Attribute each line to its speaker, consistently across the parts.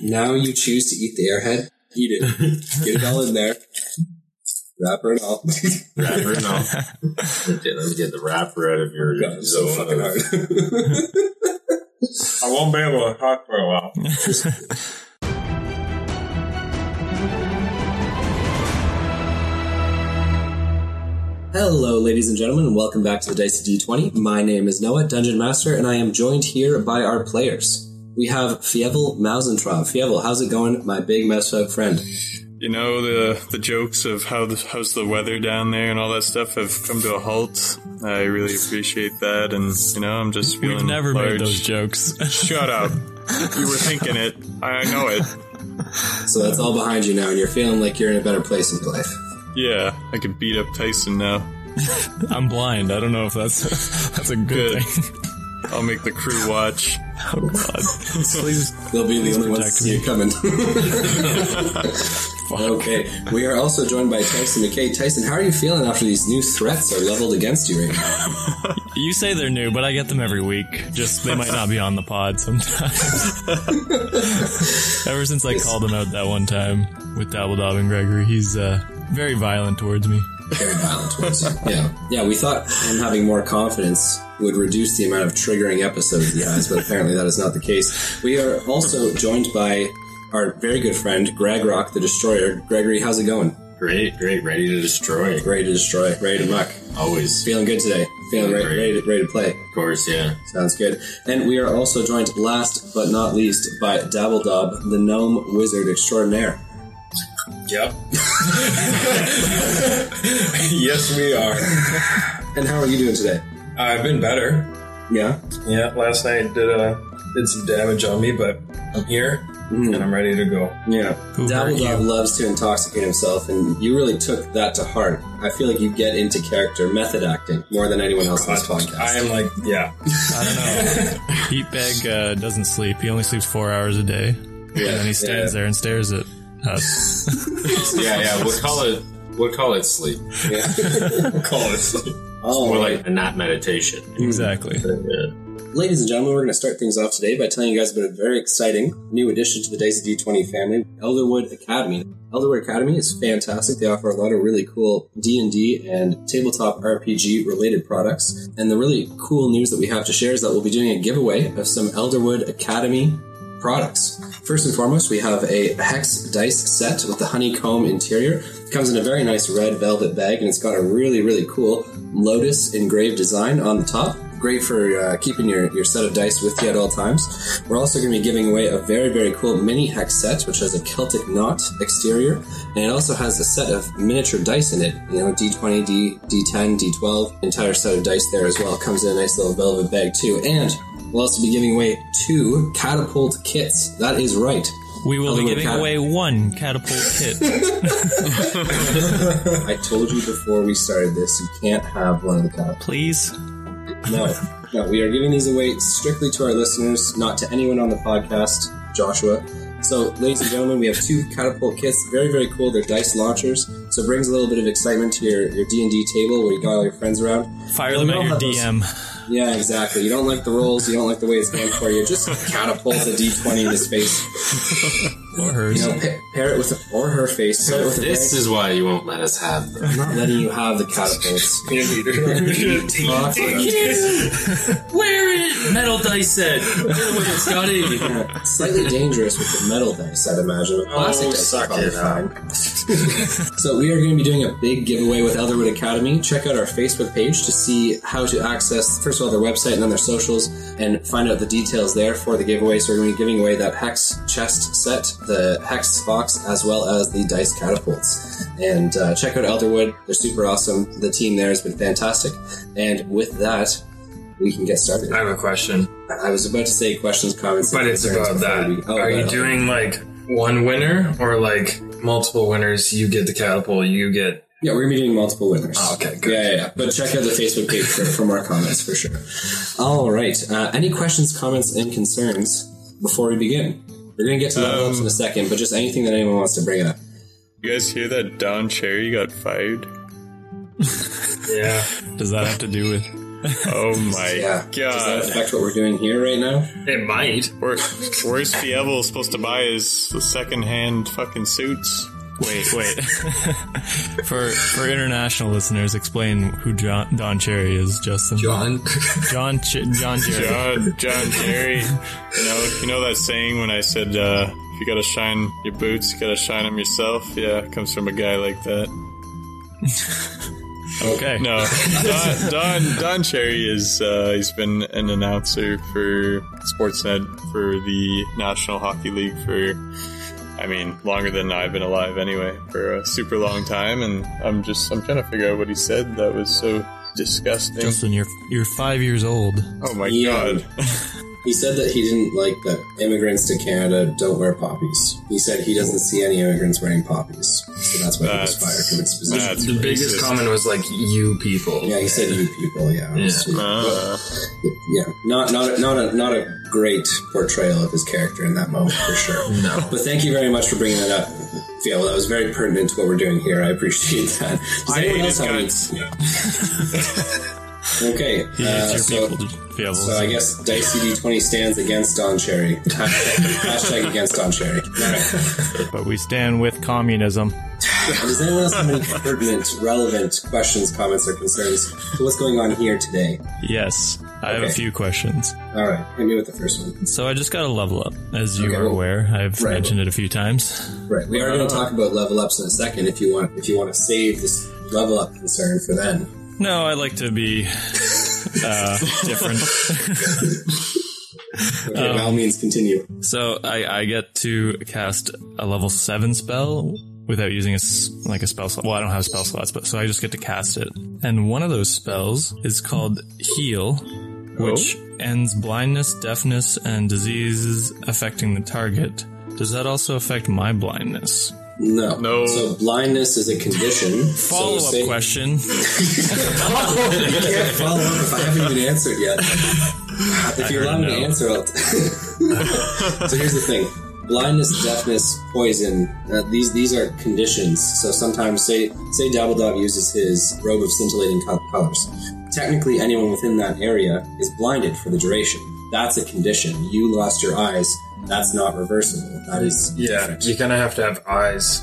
Speaker 1: Now you choose to eat the airhead. Eat it. Get it all in there. Wrapper and all.
Speaker 2: Wrapper, no. Okay, let me get the wrapper out of your
Speaker 1: God, it's so
Speaker 2: zone
Speaker 1: fucking
Speaker 2: of-
Speaker 1: hard.
Speaker 3: I won't be able to talk for a while.
Speaker 1: Hello, ladies and gentlemen, and welcome back to the Dicey D20. My name is Noah, Dungeon Master, and I am joined here by our players. We have Fievel Mausentraub. Fievel, how's it going, my big mess up friend?
Speaker 4: You know the the jokes of how the, how's the weather down there and all that stuff have come to a halt. I really appreciate that, and you know I'm just feeling
Speaker 5: We've never
Speaker 4: large.
Speaker 5: made those jokes.
Speaker 4: Shut up! you were thinking it. I know it.
Speaker 1: So that's all behind you now, and you're feeling like you're in a better place in life.
Speaker 4: Yeah, I could beat up Tyson now.
Speaker 5: I'm blind. I don't know if that's that's a good,
Speaker 4: Good.
Speaker 5: thing.
Speaker 4: I'll make the crew watch.
Speaker 5: Oh god. Please
Speaker 1: They'll be the only ones to
Speaker 5: protect
Speaker 1: see
Speaker 5: me.
Speaker 1: it coming. okay, we are also joined by Tyson McKay. Tyson, how are you feeling after these new threats are leveled against you right now?
Speaker 5: You say they're new, but I get them every week. Just they might not be on the pod sometimes. Ever since I called him out that one time with Dabbledob and Gregory, he's uh, very violent towards me.
Speaker 1: Very violent towards you. Yeah, yeah. We thought him having more confidence would reduce the amount of triggering episodes he has, but apparently that is not the case. We are also joined by our very good friend Greg Rock, the Destroyer. Gregory, how's it going?
Speaker 2: Great, great, ready to destroy.
Speaker 1: Ready to destroy, ready to muck.
Speaker 2: Always,
Speaker 1: Feeling good today. Feeling re-
Speaker 2: Great.
Speaker 1: ready, to, ready to play.
Speaker 2: of course, yeah.
Speaker 1: Sounds good. And we are also joined, last but not least, by Dabbledob, the gnome wizard extraordinaire.
Speaker 3: Yep. yes, we are.
Speaker 1: And how are you doing today?
Speaker 3: I've been better.
Speaker 1: Yeah.
Speaker 3: Yeah, last night did uh, did some damage on me, but I'm here and I'm ready to go.
Speaker 1: Mm. Yeah.
Speaker 5: Who hurt you?
Speaker 1: Dabbledob loves to intoxicate himself, and you really took that to heart. I feel like you get into character method acting more than anyone else on this podcast.
Speaker 3: I am like, yeah,
Speaker 5: I don't know. Heatbag uh, doesn't sleep. He only sleeps four hours a day. and then he stands there and stares at us.
Speaker 2: Yeah, yeah, we'll call it, we'll call it sleep.
Speaker 3: call it sleep.
Speaker 1: Oh,
Speaker 2: More like a nap meditation.
Speaker 5: Exactly.
Speaker 1: Ladies and gentlemen, we're going to start things off today by telling you guys about a very exciting new addition to the Dicey D20 family, Elderwood Academy. Elderwood Academy is fantastic. They offer a lot of really cool D&D and tabletop RPG related products. And the really cool news that we have to share is that we'll be doing a giveaway of some Elderwood Academy products. First and foremost, we have a hex dice set with the honeycomb interior. It comes in a very nice red velvet bag, and it's got a really, really cool lotus engraved design on the top. Great for uh, keeping your, your set of dice with you at all times. We're also going to be giving away a very, very cool mini hex set, which has a Celtic knot exterior, and it also has a set of miniature dice in it. You know, D20, D, D10, D12, entire set of dice there as well. Comes in a nice little velvet bag, too. And We'll also be giving away two catapult kits. That is right.
Speaker 5: We will be
Speaker 1: Elderwood
Speaker 5: giving
Speaker 1: Academy.
Speaker 5: away one catapult kit.
Speaker 1: I told you before we started this, you can't have one of the catapults.
Speaker 5: Please.
Speaker 1: No, no, we are giving these away strictly to our listeners, not to anyone on the podcast, Joshua. So, ladies and gentlemen, we have two catapult kits. Very, very cool. They're dice launchers, so it brings a little bit of excitement to your your D and D table where you got all your friends around.
Speaker 5: Fire
Speaker 1: Well,
Speaker 5: them
Speaker 1: we
Speaker 5: at
Speaker 1: all
Speaker 5: your
Speaker 1: have those-
Speaker 5: DM.
Speaker 1: Yeah, exactly. You don't like the rolls. You don't like the way it's going for you. Just catapult a D twenty in his face.
Speaker 5: Or hers.
Speaker 1: You know, pa- pair it with a, or her face. Pair it with a very-
Speaker 2: This is why you won't let us have them.
Speaker 1: not letting you have the catapults. Fuck you.
Speaker 2: Wear it! Metal dice set! Scotty!
Speaker 1: Yeah, Slightly dangerous with the metal dice, I'd imagine. The plastic
Speaker 2: Oh,
Speaker 1: dice is
Speaker 2: suck
Speaker 1: probably
Speaker 2: it up.
Speaker 1: fine. so we are going to be doing a big giveaway with Elderwood Academy. Check out our Facebook page to see how to access, first of all, their website and then their socials, and find out the details there for the giveaway. So we're going to be giving away that hex chest set, the hex box, as well as the dice catapults. And uh, check out Elderwood; they're super awesome. The team there has been fantastic. And with that, we can get started.
Speaker 3: I have a question,
Speaker 1: I was about to say questions, comments,
Speaker 3: but
Speaker 1: and
Speaker 3: it's
Speaker 1: concerns
Speaker 3: about
Speaker 1: before
Speaker 3: that.
Speaker 1: we- oh,
Speaker 3: Are you
Speaker 1: about-
Speaker 3: doing like one winner or like multiple winners? You get the catapult. You get
Speaker 1: Yeah, we're gonna be doing multiple winners.
Speaker 3: Oh, okay, good.
Speaker 1: Yeah, yeah, yeah. But check out the Facebook page for, for more comments for sure. All right. Uh, any questions, comments, and concerns before we begin? We're gonna get to level
Speaker 3: Um,
Speaker 1: ups in a second, but just anything that anyone wants to bring up.
Speaker 4: You guys hear that? Don Cherry got fired.
Speaker 3: yeah.
Speaker 5: Does that have to do with
Speaker 4: Oh my
Speaker 1: Yeah. Does that
Speaker 4: god.
Speaker 1: affect what we're doing here right now?
Speaker 2: It might.
Speaker 4: Wor- Worst Fievel is supposed to buy is the secondhand fucking suits.
Speaker 5: Wait, wait. for for international listeners, explain who John, Don Cherry is, Justin.
Speaker 2: John.
Speaker 5: John Ch- John Cherry.
Speaker 4: John, John Jerry. You know, you know that saying when I said, uh, if you gotta shine your boots, you gotta shine them yourself? Yeah, it comes from a guy like that.
Speaker 5: Okay.
Speaker 4: No, Don, Don, Don Cherry is, uh, he's been an announcer for Sportsnet for the National Hockey League for, I mean, longer than I've been alive anyway, for a super long time. And I'm just, I'm trying to figure out what he said that was so disgusting.
Speaker 5: Justin, you're you're five years old.
Speaker 1: Uh,
Speaker 4: oh my
Speaker 1: Yeah.
Speaker 4: god.
Speaker 2: uh,
Speaker 1: He said that he didn't like that immigrants to Canada don't wear poppies. He said he doesn't see any immigrants wearing poppies, so that's why he was fired
Speaker 4: That's-
Speaker 1: from his position.
Speaker 4: that's
Speaker 2: the biggest
Speaker 4: racist.
Speaker 2: comment was like, you people.
Speaker 1: Yeah, he said you people. Yeah, obviously.
Speaker 4: Uh,
Speaker 1: But, yeah. Not not a, not a not a great portrayal of his character in that moment for sure.
Speaker 2: No.
Speaker 1: But thank you very much for bringing that up. Yeah, well, that was very pertinent to what we're doing here. I appreciate that. Does
Speaker 4: I
Speaker 1: anyone
Speaker 4: hate
Speaker 1: else
Speaker 4: his
Speaker 1: have any-
Speaker 4: guts.
Speaker 1: Okay,
Speaker 5: He
Speaker 1: uh,
Speaker 5: hates
Speaker 1: so,
Speaker 5: your people, Fievel.
Speaker 1: so I guess Dicey D20 stands against Don Cherry. Hashtag, hashtag against Don Cherry.
Speaker 5: but we stand with communism.
Speaker 1: Does anyone else have any pertinent, relevant questions, comments, or concerns to what's going on here today?
Speaker 5: Yes, I have a
Speaker 1: Okay.
Speaker 5: few questions.
Speaker 1: All right, hit me with the first one.
Speaker 5: So I just got a level up, as you
Speaker 1: Okay,
Speaker 5: are
Speaker 1: well,
Speaker 5: aware. I've
Speaker 1: right.
Speaker 5: mentioned it a few times.
Speaker 1: Right, we are going to talk about level ups in a second. If you want, if you want to save this level up concern for then.
Speaker 5: No, I like to be uh, different.
Speaker 1: Okay, by all means, continue.
Speaker 5: So I, I get to cast a level seven spell without using a s- like a spell slot. Well, I don't have spell slots, but so I just get to cast it. And one of those spells is called Heal, which ends blindness, deafness, and diseases affecting the target. Does that also affect my blindness?
Speaker 1: No,
Speaker 4: No.
Speaker 1: So blindness is a condition. So
Speaker 5: Follow up
Speaker 1: say-
Speaker 5: question.
Speaker 1: You can't follow up if I haven't even answered yet. If you allow me to
Speaker 5: no.
Speaker 1: answer, I'll. so here's the thing: blindness, deafness, poison. Uh, these these are conditions. So sometimes, say say Dabbledob uses his robe of scintillating colors. Technically, anyone within that area is blinded for the duration. That's a condition. You lost your eyes. That's not reversible. That is
Speaker 3: Yeah,
Speaker 1: different.
Speaker 3: you kind of have to have eyes.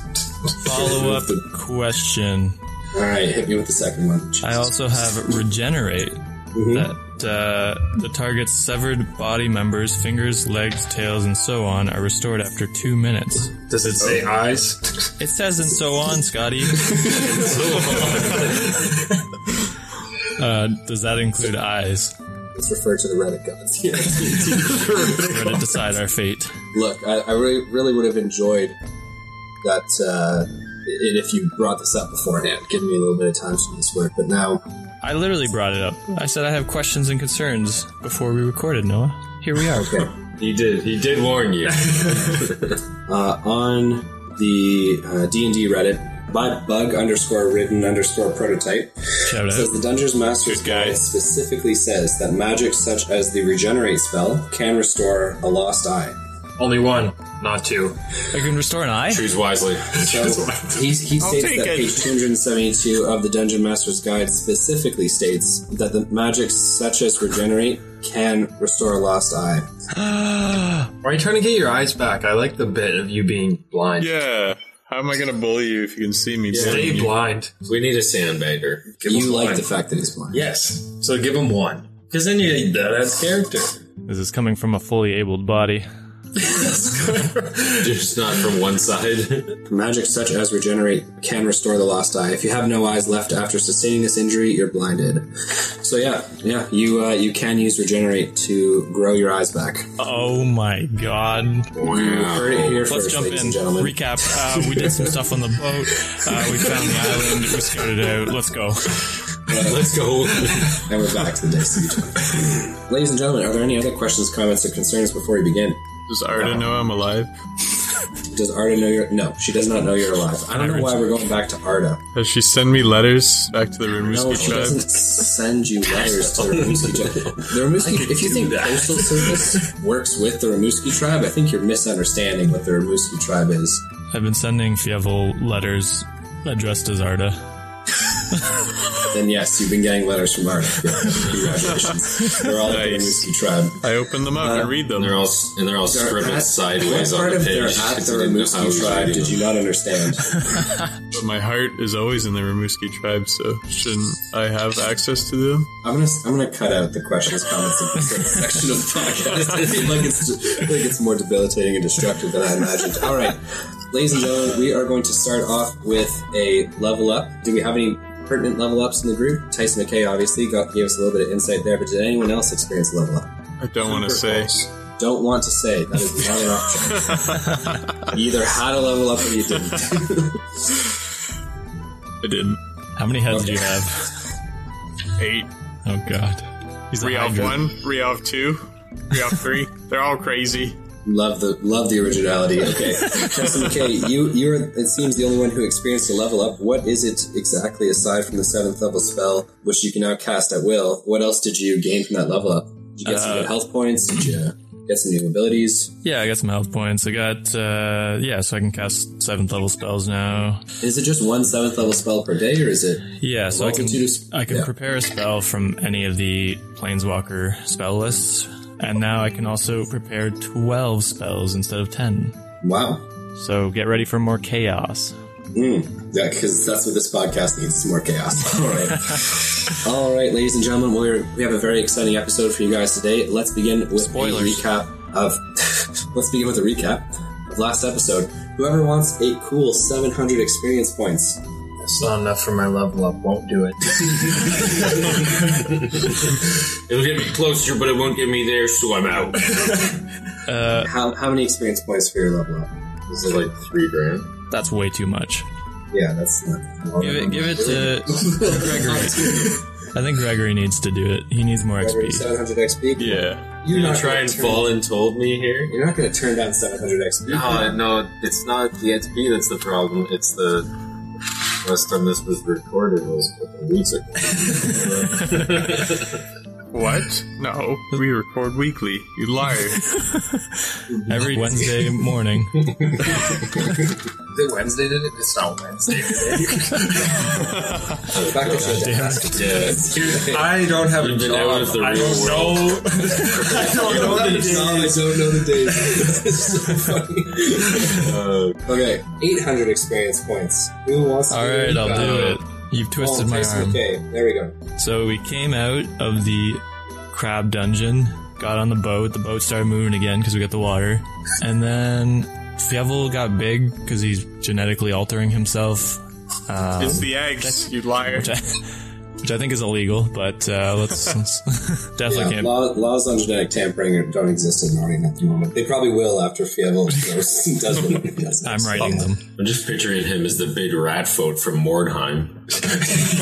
Speaker 5: Follow up question.
Speaker 1: All right, hit me with the second one.
Speaker 5: I also have regenerate. That uh, the target's severed body members, fingers, legs, tails, and so on, are restored after two minutes.
Speaker 3: Does it say eyes?
Speaker 5: It says and so on, Scotty. uh, does that include eyes?
Speaker 1: Let's refer to the Reddit gods here.
Speaker 5: Or to decide our fate?
Speaker 1: look, I, I really, really would have enjoyed that uh, it, if you brought this up beforehand, giving me a little bit of time to do this work. But now,
Speaker 5: I literally brought it up. I said I have questions and concerns before we recorded, Noah. Here we are.
Speaker 1: okay,
Speaker 2: He did. He did warn you.
Speaker 1: uh, on the uh, D and D Reddit by bug underscore ridden underscore prototype
Speaker 5: Shout out.
Speaker 1: says the Dungeon's Master's
Speaker 4: Good guy.
Speaker 1: Guide specifically says that magic such as the regenerate spell can restore a lost eye.
Speaker 2: Only one, not two.
Speaker 5: I can restore an eye?
Speaker 2: Choose wisely.
Speaker 1: So he, he states
Speaker 4: take
Speaker 1: that
Speaker 4: it.
Speaker 1: page 272 of the Dungeon Master's Guide specifically states that the magic such as regenerate can restore a lost eye.
Speaker 3: Are you trying to get your eyes back? I like the bit of you being blind.
Speaker 4: yeah. How am I gonna bully you if you can see me?
Speaker 3: Stay
Speaker 4: bullying you?
Speaker 3: blind.
Speaker 2: We need a sandbagger. Give
Speaker 1: you
Speaker 2: us
Speaker 1: like
Speaker 2: one.
Speaker 1: the fact that he's blind.
Speaker 3: Yes. So give him one. Because then you that adds character.
Speaker 5: This is coming from a fully abled body.
Speaker 2: Just not from one side.
Speaker 1: Magic such as regenerate can restore the lost eye. If you have no eyes left after sustaining this injury, you're blinded. So yeah, yeah, you uh, you can use regenerate to grow your eyes back.
Speaker 5: Oh my god.
Speaker 1: You heard it here
Speaker 5: Um, Let's
Speaker 1: first,
Speaker 5: jump
Speaker 1: ladies
Speaker 5: in.
Speaker 1: and gentlemen.
Speaker 5: Recap. Uh, we did some stuff on the boat. Uh, we found the island. We scouted it out. Let's go.
Speaker 2: Let's go.
Speaker 1: And we're back to the next season. Ladies and gentlemen, are there any other questions, comments, or concerns before we begin?
Speaker 4: Does Arda know I'm alive?
Speaker 1: Does Arda know you're? No, she does not know you're alive. I don't know why we're going back to Arda.
Speaker 4: Does she send me letters back to the
Speaker 1: No,
Speaker 4: Rimouski
Speaker 1: she
Speaker 4: tribe?
Speaker 1: doesn't send you letters to the Ramuski tribe. The Ramuski, if you think postal service works with the Ramuski tribe, I think you're misunderstanding what the Ramuski tribe is.
Speaker 5: I've been sending Fievel letters addressed as Arda.
Speaker 1: then yes, you've been getting letters from Arda. Congratulations. They're all nice.
Speaker 4: Nice.
Speaker 1: the tribe.
Speaker 4: I open them up and read them.
Speaker 2: And they're all and they're all scribbled sideways on the page.
Speaker 1: their
Speaker 2: because
Speaker 1: at
Speaker 2: they
Speaker 1: the
Speaker 2: didn't know how
Speaker 1: Ramuski
Speaker 2: he was
Speaker 1: tribe
Speaker 2: reading
Speaker 1: did
Speaker 2: them.
Speaker 1: you not understand?
Speaker 4: But my heart is always in the Ramuski tribe, so shouldn't I have access to them?
Speaker 1: I'm gonna I'm gonna cut out the questions, comments, and concerns section of the podcast. I feel like it's I feel like it's more debilitating and destructive than I imagined. All right, ladies and gentlemen, we are going to start off with a level up. Do we have any pertinent level ups in the group? Tyson McKay obviously got gave us a little bit of insight there, but did anyone else experience a level up?
Speaker 4: I don't want to say.
Speaker 1: Don't want to say that is not an option. you either had a level up or you didn't.
Speaker 4: I didn't.
Speaker 5: How many heads do you have?
Speaker 4: Eight.
Speaker 5: Oh god. He's a
Speaker 4: Reoff
Speaker 5: Hydra.
Speaker 4: one, Reoff two, Reoff three. They're all crazy.
Speaker 1: Love the love the originality. Okay, Justin McKay, you you're it seems the only one who experienced a level up. What is it exactly aside from the seventh level spell, which you can now cast at will? What else did you gain from that level up? Did you get some
Speaker 5: Uh,
Speaker 1: good health points? Did you get some new abilities?
Speaker 5: Yeah, I got some health points. I got uh yeah, so I can cast seventh level spells now.
Speaker 1: Is it just one seventh level spell per day, or is it
Speaker 5: Yeah, so I can
Speaker 1: multitude of sp-
Speaker 5: I can
Speaker 1: Yeah.
Speaker 5: prepare a spell from any of the planeswalker spell lists. And now I can also prepare twelve spells instead of ten.
Speaker 1: Wow,
Speaker 5: So get ready for more chaos.
Speaker 1: Mm, yeah, because that's what this podcast needs some more chaos. All right. All right, ladies and gentlemen, we're, we have a very exciting episode for you guys today. Let's begin with
Speaker 5: Spoilers.
Speaker 1: a recap of. let's begin with a recap of last episode. Whoever wants a cool 700 experience points,
Speaker 3: It's not enough for my level up. Won't do it.
Speaker 2: It'll get me closer, but it won't get me there, so I'm out.
Speaker 1: how, how many experience points for your level up?
Speaker 2: This is like three grand.
Speaker 5: That's way too much.
Speaker 1: Yeah, that's not.
Speaker 5: Give it give it to
Speaker 1: Gregory.
Speaker 5: I think Gregory needs to do it. He needs more
Speaker 1: Gregory,
Speaker 5: XP.
Speaker 1: 700 XP.
Speaker 4: Yeah.
Speaker 1: You're
Speaker 2: You
Speaker 1: not
Speaker 2: try
Speaker 1: gonna
Speaker 2: and
Speaker 1: turn-
Speaker 2: fall and told me here.
Speaker 1: You're not going to turn down 700 XP.
Speaker 2: No, no, it's not the XP that's the problem. It's the last time this was recorded was a couple weeks ago.
Speaker 4: What? No. We record weekly. You liar.
Speaker 5: Every Wednesday morning.
Speaker 3: Is it Wednesday? Did it? It's not Wednesday.
Speaker 1: Back to fantastic.
Speaker 2: Yeah,
Speaker 3: I don't have a
Speaker 2: You've been out of
Speaker 3: job.
Speaker 2: the
Speaker 3: I
Speaker 2: real
Speaker 3: don't
Speaker 2: world.
Speaker 3: know. I don't know
Speaker 1: I
Speaker 3: the
Speaker 1: don't know
Speaker 3: days.
Speaker 1: the days. It's so funny.
Speaker 2: uh,
Speaker 1: Okay, 800 experience points. Who wants to
Speaker 5: All right, I'll do it. You've
Speaker 1: Oh,
Speaker 5: twisted my
Speaker 1: Tyson
Speaker 5: arm.
Speaker 1: McKay. There we go.
Speaker 5: So we came out of the crab dungeon, got on the boat. The boat started moving again because we got the water. And then Fievel got big because he's genetically altering himself, um,
Speaker 4: It's the eggs. You liar.
Speaker 5: which, I, which I think is illegal, but uh, let's, let's- definitely
Speaker 1: Yeah,
Speaker 5: can't.
Speaker 1: law, laws on genetic tampering don't exist in Narnia at the moment. They probably will after Fievel goes, does what he does.
Speaker 5: I'm writing them.
Speaker 2: I'm just picturing him as the big rat folk from Mordheim,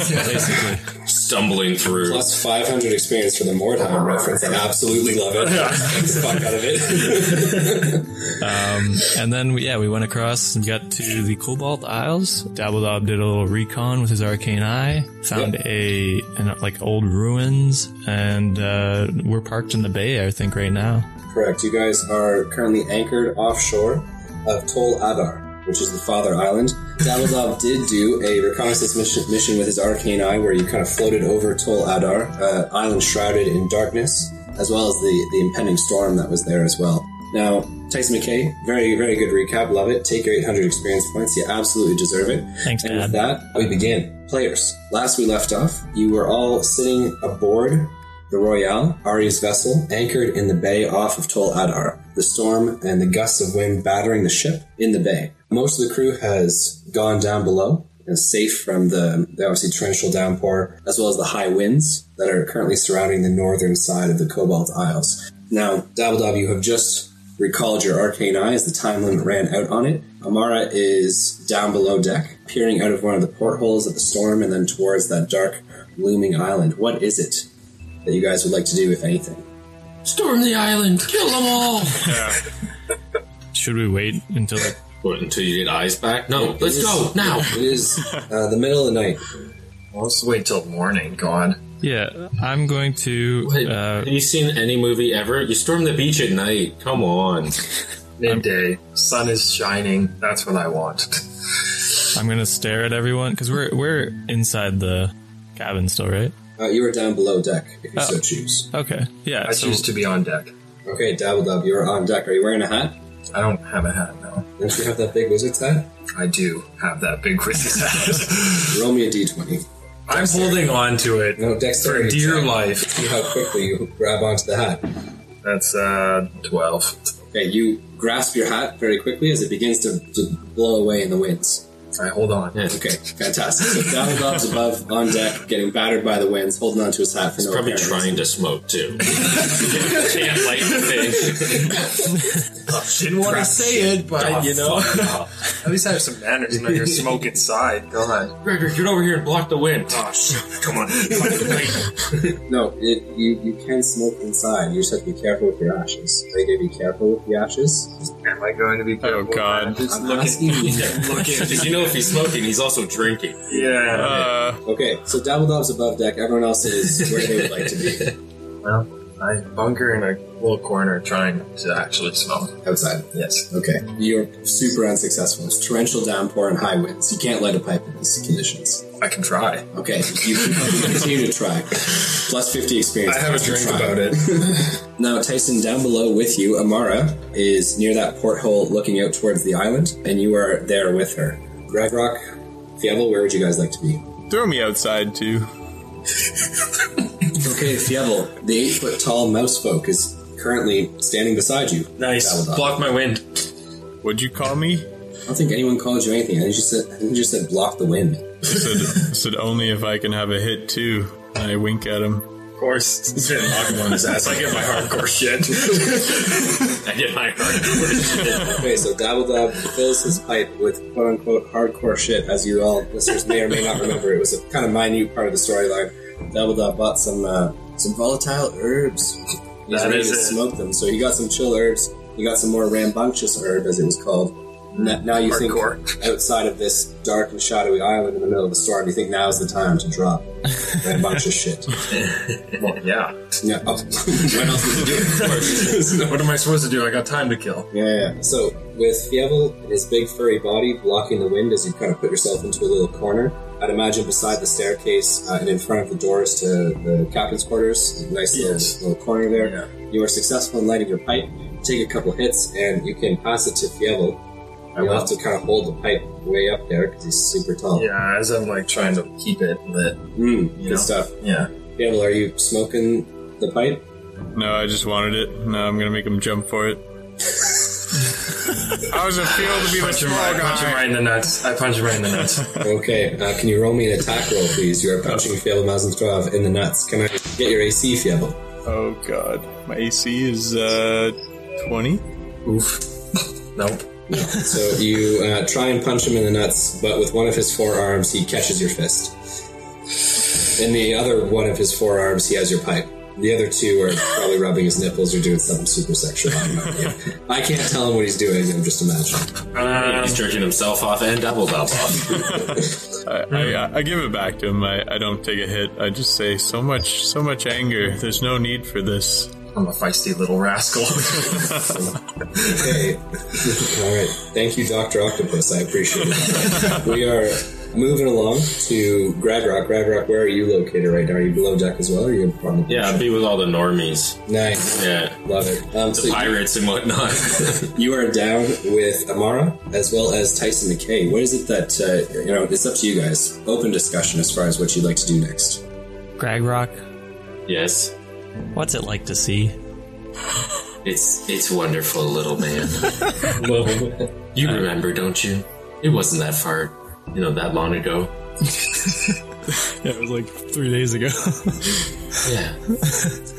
Speaker 5: Basically,
Speaker 2: stumbling through.
Speaker 1: Plus 500 experience for the Mordheim reference. I absolutely love it. Thanks, fuck out of it.
Speaker 5: um, and then we, yeah, we went across and got to the Cobalt Isles. Dabbledob did a little recon with his arcane eye, found a an, like old ruins, and uh, we're parked in the bay, I think, right now.
Speaker 1: Correct. You guys are currently anchored offshore of Tol Adar, which is the Father Island. Dabbledob did do a reconnaissance mission, mission with his arcane eye, where you kind of floated over Tol Adar, uh, island shrouded in darkness, as well as the, the impending storm that was there as well. Now, Tyson McKay, very, very good recap. Love it. Take your 800 experience points. You absolutely deserve it.
Speaker 5: Thanks,
Speaker 1: And with
Speaker 5: Dad.
Speaker 1: that, we begin. Players, last we left off, you were all sitting aboard the Royale, Ari's vessel, anchored in the bay off of Tol Adar, the storm and the gusts of wind battering the ship in the bay. Most of the crew has gone down below and is safe from the, the obviously torrential downpour, as well as the high winds that are currently surrounding the northern side of the Cobalt Isles. Now, Dabbledob, you have just recalled your arcane eye as the time limit ran out on it. Amara is down below deck, peering out of one of the portholes of the storm and then towards that dark, looming island. What is it that you guys would like to do, if anything?
Speaker 2: Storm the island, kill them all.
Speaker 5: Should we wait until like,
Speaker 2: What, until you get eyes back? No, let's
Speaker 1: It is-
Speaker 2: go now.
Speaker 1: It is uh, the middle of the night.
Speaker 3: Well, let's wait till morning. God.
Speaker 5: yeah? I'm going to.
Speaker 2: Wait,
Speaker 5: Uh,
Speaker 2: have you seen any movie ever? You storm the beach at night. Come on.
Speaker 3: Midday. Sun is shining. That's what I want.
Speaker 5: I'm gonna stare at everyone because we're we're inside the cabin still, right?
Speaker 1: Uh, you are down below deck, if you
Speaker 5: Oh.
Speaker 1: so choose.
Speaker 5: Okay. Yeah.
Speaker 3: I
Speaker 5: so-
Speaker 3: choose to be on deck.
Speaker 1: Okay, Dabbledub, you are on deck. Are you wearing a hat?
Speaker 3: I don't have a hat now.
Speaker 1: Don't you have that big wizard's hat?
Speaker 3: I do have that big wizard's hat.
Speaker 1: Roll me a d20.
Speaker 3: I'm holding on to it
Speaker 1: No,
Speaker 3: for
Speaker 1: dexterity.
Speaker 3: dear
Speaker 1: check.
Speaker 3: life.
Speaker 1: See how quickly you grab onto the hat.
Speaker 3: That's uh twelve.
Speaker 1: Okay, you grasp your hat very quickly as it begins to, to blow away in the winds.
Speaker 3: I hold on.
Speaker 2: Yeah.
Speaker 1: Okay, fantastic. So Dabbledub's above on deck, getting battered by the winds, holding onto his hat for no
Speaker 2: Probably
Speaker 1: apparent reason.
Speaker 2: trying to smoke too. Can't light the thing.
Speaker 3: Didn't want to say it, but
Speaker 2: Oh,
Speaker 3: you know,
Speaker 2: fuck off.
Speaker 3: at least I have some manners and you're smoke inside. Go ahead.
Speaker 2: Gregor, get over here and block the wind.
Speaker 3: Oh shit! Come on. Wait.
Speaker 1: No, it, you, you can smoke inside. You just have to be careful with your ashes. Are you going to be careful with the ashes?
Speaker 3: Am I going to be?
Speaker 4: Oh, God.
Speaker 1: I'm asking you.
Speaker 2: Because Oh, you know if he's smoking, he's also drinking.
Speaker 3: Yeah.
Speaker 4: Uh,
Speaker 1: Okay, so Dabbledub's above deck. Everyone else is where they would like to be.
Speaker 3: Well, I bunker in a little corner trying to actually smoke.
Speaker 1: Outside.
Speaker 3: Yes.
Speaker 1: Okay. You're super unsuccessful. It's torrential downpour and high winds. You can't light a pipe in these conditions.
Speaker 3: I can try.
Speaker 1: Okay, you continue to try. Plus 50 experience.
Speaker 3: I have a
Speaker 1: Continue
Speaker 3: drink
Speaker 1: trying.
Speaker 3: about it.
Speaker 1: Now, Tyson, down below with you, Amara is near that porthole looking out towards the island, and you are there with her. Ragrock, Fievel, where would you guys like to be?
Speaker 4: throw me outside too.
Speaker 1: Okay, Fievel, the eight foot tall mouse folk is currently standing beside you.
Speaker 3: Nice.
Speaker 1: Dabbledob.
Speaker 3: Block my wind.
Speaker 4: What'd you call me?
Speaker 1: I don't think anyone called you anything. I think you said, I think you just said block the wind.
Speaker 4: I said, I said only if I can have a hit too. And I wink at him.
Speaker 3: Of course. Didn't knock him on his ass. I get my hardcore shit.
Speaker 2: I get my heart.
Speaker 1: Okay, so Dabbledab fills his pipe with quote unquote hardcore shit, as you all listeners may or may not remember. It was a kind of minute part of the storyline. Dabbledab bought some uh, some volatile herbs. He was
Speaker 3: That
Speaker 1: ready
Speaker 3: is
Speaker 1: to
Speaker 3: it.
Speaker 1: smoke them. So he got some chill herbs. He got some more rambunctious herb, as it was called. N- Now you think
Speaker 3: Hardcore.
Speaker 1: outside of this dark and shadowy island in the middle of a storm, you think now's the time to drop rambunctious shit.
Speaker 3: yeah.
Speaker 1: Yeah. Oh, what else would you do? Of course.
Speaker 3: What am I supposed to do? I got time to kill.
Speaker 1: Yeah, yeah. So with Fievel and his big furry body blocking the wind as you kind of put yourself into a little corner, I'd imagine beside the staircase uh, and in front of the doors to the captain's quarters, a nice
Speaker 3: Yes.
Speaker 1: little, little corner there. You are successful in lighting your pipe. Take a couple hits, and you can pass it to Fievel.
Speaker 3: I
Speaker 1: You'll
Speaker 3: will.
Speaker 1: have to kind of hold the pipe way up there because he's super tall.
Speaker 3: Yeah, as I'm like trying to keep it lit.
Speaker 1: Mm, good
Speaker 3: Yeah.
Speaker 1: stuff.
Speaker 3: Yeah.
Speaker 1: Fievel, are you smoking the pipe?
Speaker 4: No, I just wanted it. No, I'm gonna make him jump for it. How does it feel to be the
Speaker 3: Punch him,
Speaker 4: small
Speaker 3: right, punch him
Speaker 4: guy?
Speaker 3: right in the nuts. I punch him right in the nuts.
Speaker 1: Okay, uh, can you roll me an attack roll, please? You are punching Fievel Mazenstrov in the nuts. Can I get your AC, Fievel?
Speaker 4: Oh god, my AC is uh twenty.
Speaker 3: Oof. Nope.
Speaker 1: So you uh, try and punch him in the nuts, but with one of his forearms, he catches your fist. In the other one of his forearms, he has your pipe. The other two are probably rubbing his nipples or doing something super sexual. I, don't know. I can't tell him what he's doing. I'm just imagining.
Speaker 2: he's jerking himself off and double double off.
Speaker 4: I,
Speaker 3: Hmm.
Speaker 4: I, I give it back to him. I, I don't take a hit. I just say so much, so much anger. There's no need for this.
Speaker 3: I'm a feisty little rascal.
Speaker 1: Okay. All right. Thank you, Doctor Octopus. I appreciate it. we are moving along to Grad Rock. Grad Rock, where are you located right now? Are you below deck as well? Or are you on the
Speaker 2: Yeah, I'd be with all the normies.
Speaker 1: Nice.
Speaker 2: Yeah.
Speaker 1: Love it. Um, so
Speaker 2: The pirates and whatnot.
Speaker 1: You are down with Amara as well as Tyson McKay. What is it that uh, you know? It's up to you guys. Open discussion as far as what you'd like to do next.
Speaker 5: Gragrock,
Speaker 2: yes.
Speaker 5: what's it like to see?
Speaker 2: It's it's wonderful, little man. you remember, don't you? It wasn't that far, you know, that long ago.
Speaker 5: Yeah, it was like three days ago.
Speaker 2: Yeah.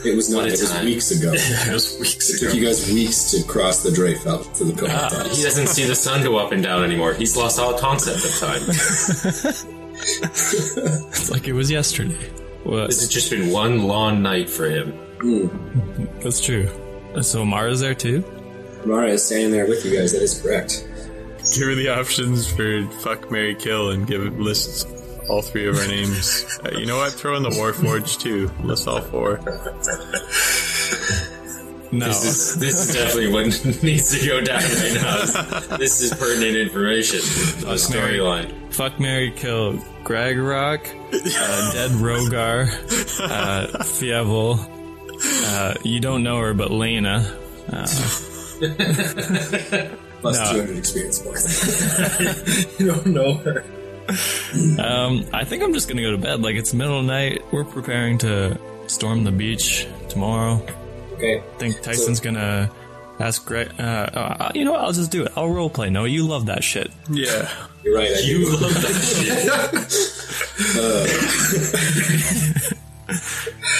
Speaker 1: It was not.
Speaker 2: What a
Speaker 1: It was
Speaker 2: time.
Speaker 1: weeks ago. It
Speaker 3: That was weeks
Speaker 1: took you guys weeks to cross the Dreyfeld to the
Speaker 2: Uh,
Speaker 1: Copenhagen.
Speaker 2: he doesn't see the sun go up and down anymore. He's lost all concept of time.
Speaker 5: it's like it was yesterday. What?
Speaker 2: This has just been one long night for him.
Speaker 5: That's true. So Mara's there too.
Speaker 1: Amara is standing there with you guys. That is correct.
Speaker 4: Give her the options for fuck, Mary, kill, and give lists all three of our names. Uh, you know what? Throw in the Warforge too. List all four.
Speaker 5: No.
Speaker 2: This is, this is definitely what needs to go down right now. This is pertinent information.
Speaker 5: Oh,
Speaker 2: The storyline.
Speaker 5: Fuck Mary Kill Greg Rock, uh, Dead Rogar, uh, Fievel. Uh, you don't know her, but Lena.
Speaker 1: Plus
Speaker 5: No.
Speaker 1: 200 experience points.
Speaker 3: You don't know her.
Speaker 5: Um, I think I'm just gonna go to bed. Like it's middle of night. We're preparing to storm the beach tomorrow.
Speaker 1: Okay.
Speaker 5: I think Tyson's gonna ask Greg. Uh, uh, you know what? I'll just do it. I'll roleplay. No, you love that shit.
Speaker 4: Yeah.
Speaker 1: You're right. I do.
Speaker 2: You love that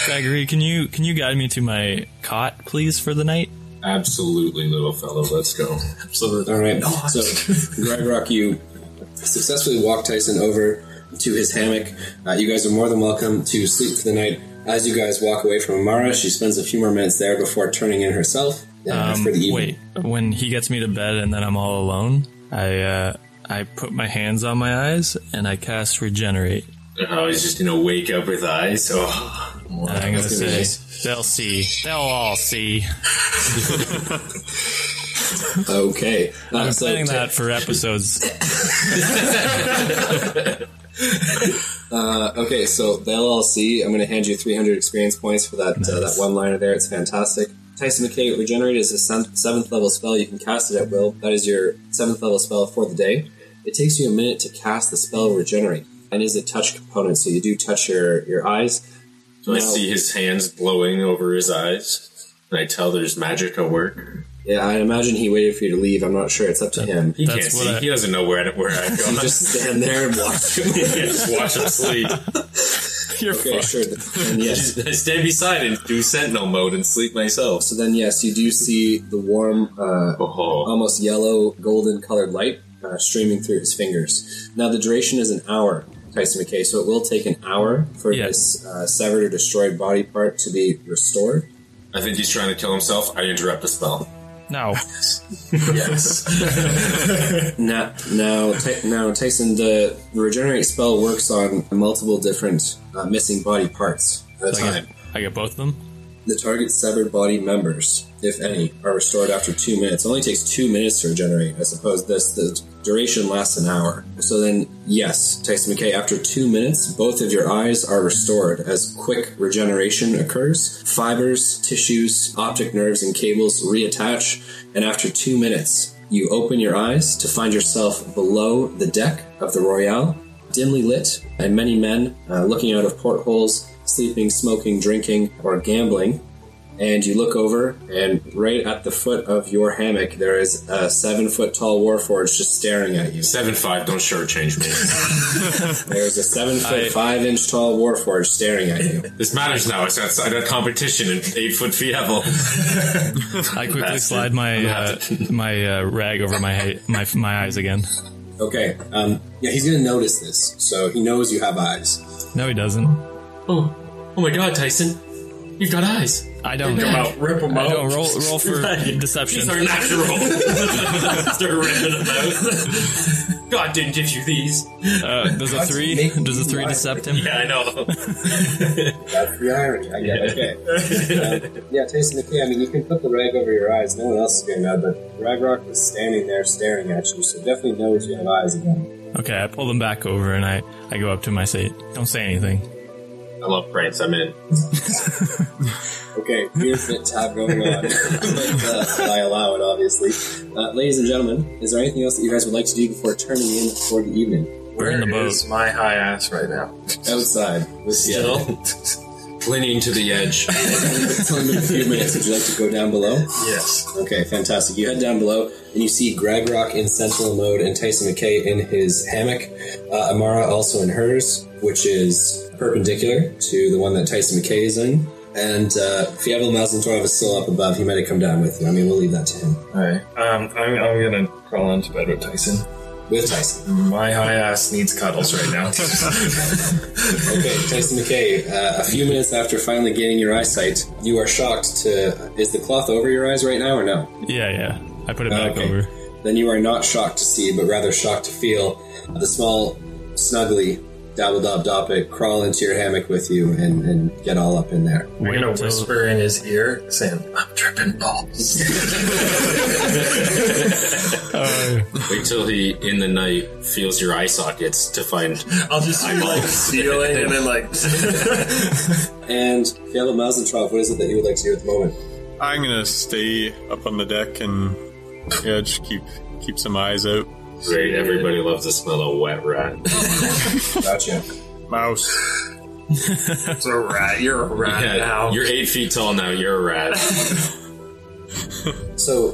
Speaker 5: Gregory, can you can you guide me to my cot, please, for the night?
Speaker 2: shit. Absolutely, little fellow. Let's go.
Speaker 1: All right. so, Greg Rock, you successfully walk Tyson over to his hammock. Uh, you guys are more than welcome to sleep for the night. As you guys walk away from Amara, she spends a few more minutes there before turning in herself uh,
Speaker 5: Um,
Speaker 1: for the evening.
Speaker 5: wait, when he gets me to bed and then I'm all alone, I uh, I put my hands on my eyes and I cast regenerate.
Speaker 2: Oh, he's just gonna wake up with eyes. Oh,
Speaker 5: And I'm gonna
Speaker 1: That's gonna be
Speaker 5: say they'll see, they'll all see.
Speaker 1: Okay. Uh,
Speaker 5: I'm
Speaker 1: so
Speaker 5: planning
Speaker 1: Ta-
Speaker 5: that for episodes.
Speaker 1: Okay, so the LLC, I'm going to hand you 300 experience points for that uh, that one liner there. It's fantastic. Tyson McKay Regenerate is a sen- seventh level spell. You can cast it at will. That is your seventh level spell for the day. It takes you a minute to cast the spell Regenerate, and is a touch component, so you do touch your, your eyes.
Speaker 2: So I
Speaker 1: No.
Speaker 2: see his hands blowing over his eyes, and I tell there's magic at work.
Speaker 1: Yeah, I imagine he waited for you to leave. I'm not sure. It's up to him.
Speaker 2: He
Speaker 1: He
Speaker 5: That's
Speaker 2: can't
Speaker 5: what
Speaker 2: see.
Speaker 5: I-
Speaker 2: He doesn't know where I, where I go.
Speaker 1: can just stand there and watch you.
Speaker 2: yeah, just watch him sleep.
Speaker 5: You're
Speaker 1: Okay,
Speaker 5: fucked.
Speaker 1: sure. And yes,
Speaker 2: Just stand beside and do sentinel mode and sleep myself.
Speaker 1: so then yes, you do see the warm uh,
Speaker 2: Oh,
Speaker 1: almost yellow, golden colored light uh, streaming through his fingers. Now, the duration is an hour, Tyson McKay, so it will take an hour for
Speaker 5: Yeah.
Speaker 1: this uh, severed or destroyed body part to be restored.
Speaker 2: I think he's trying to kill himself. I interrupt the spell.
Speaker 5: No,
Speaker 2: Yes.
Speaker 1: Now, now, Ty- now Tyson, the regenerate spell works on multiple different uh, missing body parts at a
Speaker 5: I get,
Speaker 1: time.
Speaker 5: I get both of them.
Speaker 1: The target's severed body members, if any, are restored after two minutes. It only takes two minutes to regenerate. I suppose this the duration lasts an hour. So then, yes, Tyson McKay, after two minutes, both of your eyes are restored as quick regeneration occurs. Fibers, tissues, optic nerves, and cables reattach, and after two minutes, you open your eyes to find yourself below the deck of the Royale, dimly lit, and many men uh, looking out of portholes, sleeping, smoking, drinking, or gambling and you look over, and right at the foot of your hammock, there is a seven foot tall warforged just staring at you.
Speaker 2: Seven five. Don't shortchange me.
Speaker 1: There's a seven foot
Speaker 5: I-
Speaker 1: five inch tall warforged staring at you.
Speaker 2: This matters now. It's outside a competition in eight foot fievel.
Speaker 5: I quickly
Speaker 2: Bastard.
Speaker 5: slide my uh, my uh, rag over my he- my my eyes again.
Speaker 1: Okay, um, yeah, he's gonna notice this, so he knows you have eyes.
Speaker 5: No, he doesn't.
Speaker 2: Oh, oh my God, Tyson! You've got eyes.
Speaker 5: I don't.
Speaker 2: Come out,
Speaker 3: Rip them
Speaker 5: I
Speaker 3: out.
Speaker 5: don't roll roll for deception.
Speaker 2: These are natural. Start ripping them out. God didn't give you these.
Speaker 5: Uh, does a three?
Speaker 1: making
Speaker 5: Does a
Speaker 1: you
Speaker 5: three
Speaker 1: lie.
Speaker 5: decept him?
Speaker 2: Yeah, I know.
Speaker 1: That's the irony. I get it. Okay. um, yeah, Tyson McKay, I mean, you can put the rag over your eyes. No one else is gonna know, but Ragrock is standing there staring at you, so definitely knows you have eyes again.
Speaker 5: Okay, I pull them back over and I I go up to him. I say, "Don't say anything."
Speaker 2: I love France. I'm in.
Speaker 1: Okay, weird bit tab going on. but, uh, I allow it, obviously. Uh, ladies and gentlemen, is there anything else that you guys would like to do before turning in for the evening?
Speaker 3: Where
Speaker 5: in the boat.
Speaker 3: is my high ass right now?
Speaker 1: Outside. With
Speaker 2: Still clinging to the edge.
Speaker 1: It's only been a few minutes. Would you like to go down below?
Speaker 3: Yes.
Speaker 1: Okay, fantastic. You head down below and you see Greg Rock in sentinel mode and Tyson McKay in his hammock. Uh, Amara also in hers, which is perpendicular to the one that Tyson McKay is in. And uh, Fievel Mazentorov is still up above. He might have come down with you. I mean, we'll leave that to him.
Speaker 3: Alright. Um, I'm, I'm gonna crawl into bed with Tyson.
Speaker 1: With Tyson.
Speaker 3: My high ass needs cuddles right now.
Speaker 1: Okay, Tyson McKay, uh, a few minutes after finally gaining your eyesight, you are shocked to. Is the cloth over your eyes right now or no?
Speaker 5: Yeah, yeah. I put it back
Speaker 1: okay.
Speaker 5: over.
Speaker 1: Then you are not shocked to see, but rather shocked to feel the small, snuggly, dabble dob dop it, crawl into your hammock with you, and, and get all up in there.
Speaker 3: We're gonna
Speaker 5: till-
Speaker 3: whisper in his ear saying, I'm tripping balls.
Speaker 5: Uh,
Speaker 2: Wait till he, in the night, feels your eye sockets to find.
Speaker 3: I'll just be like stealing and then like
Speaker 1: And Caleb Mazentrov, what is it that you would like to do at the moment?
Speaker 4: I'm gonna stay up on the deck and yeah, just keep keep some eyes out.
Speaker 2: Great, everybody loves the smell of wet rat.
Speaker 1: Gotcha.
Speaker 4: Mouse.
Speaker 3: it's a rat. You're a rat
Speaker 2: Yeah,
Speaker 3: now.
Speaker 2: You're eight feet tall now, you're a rat.
Speaker 1: So,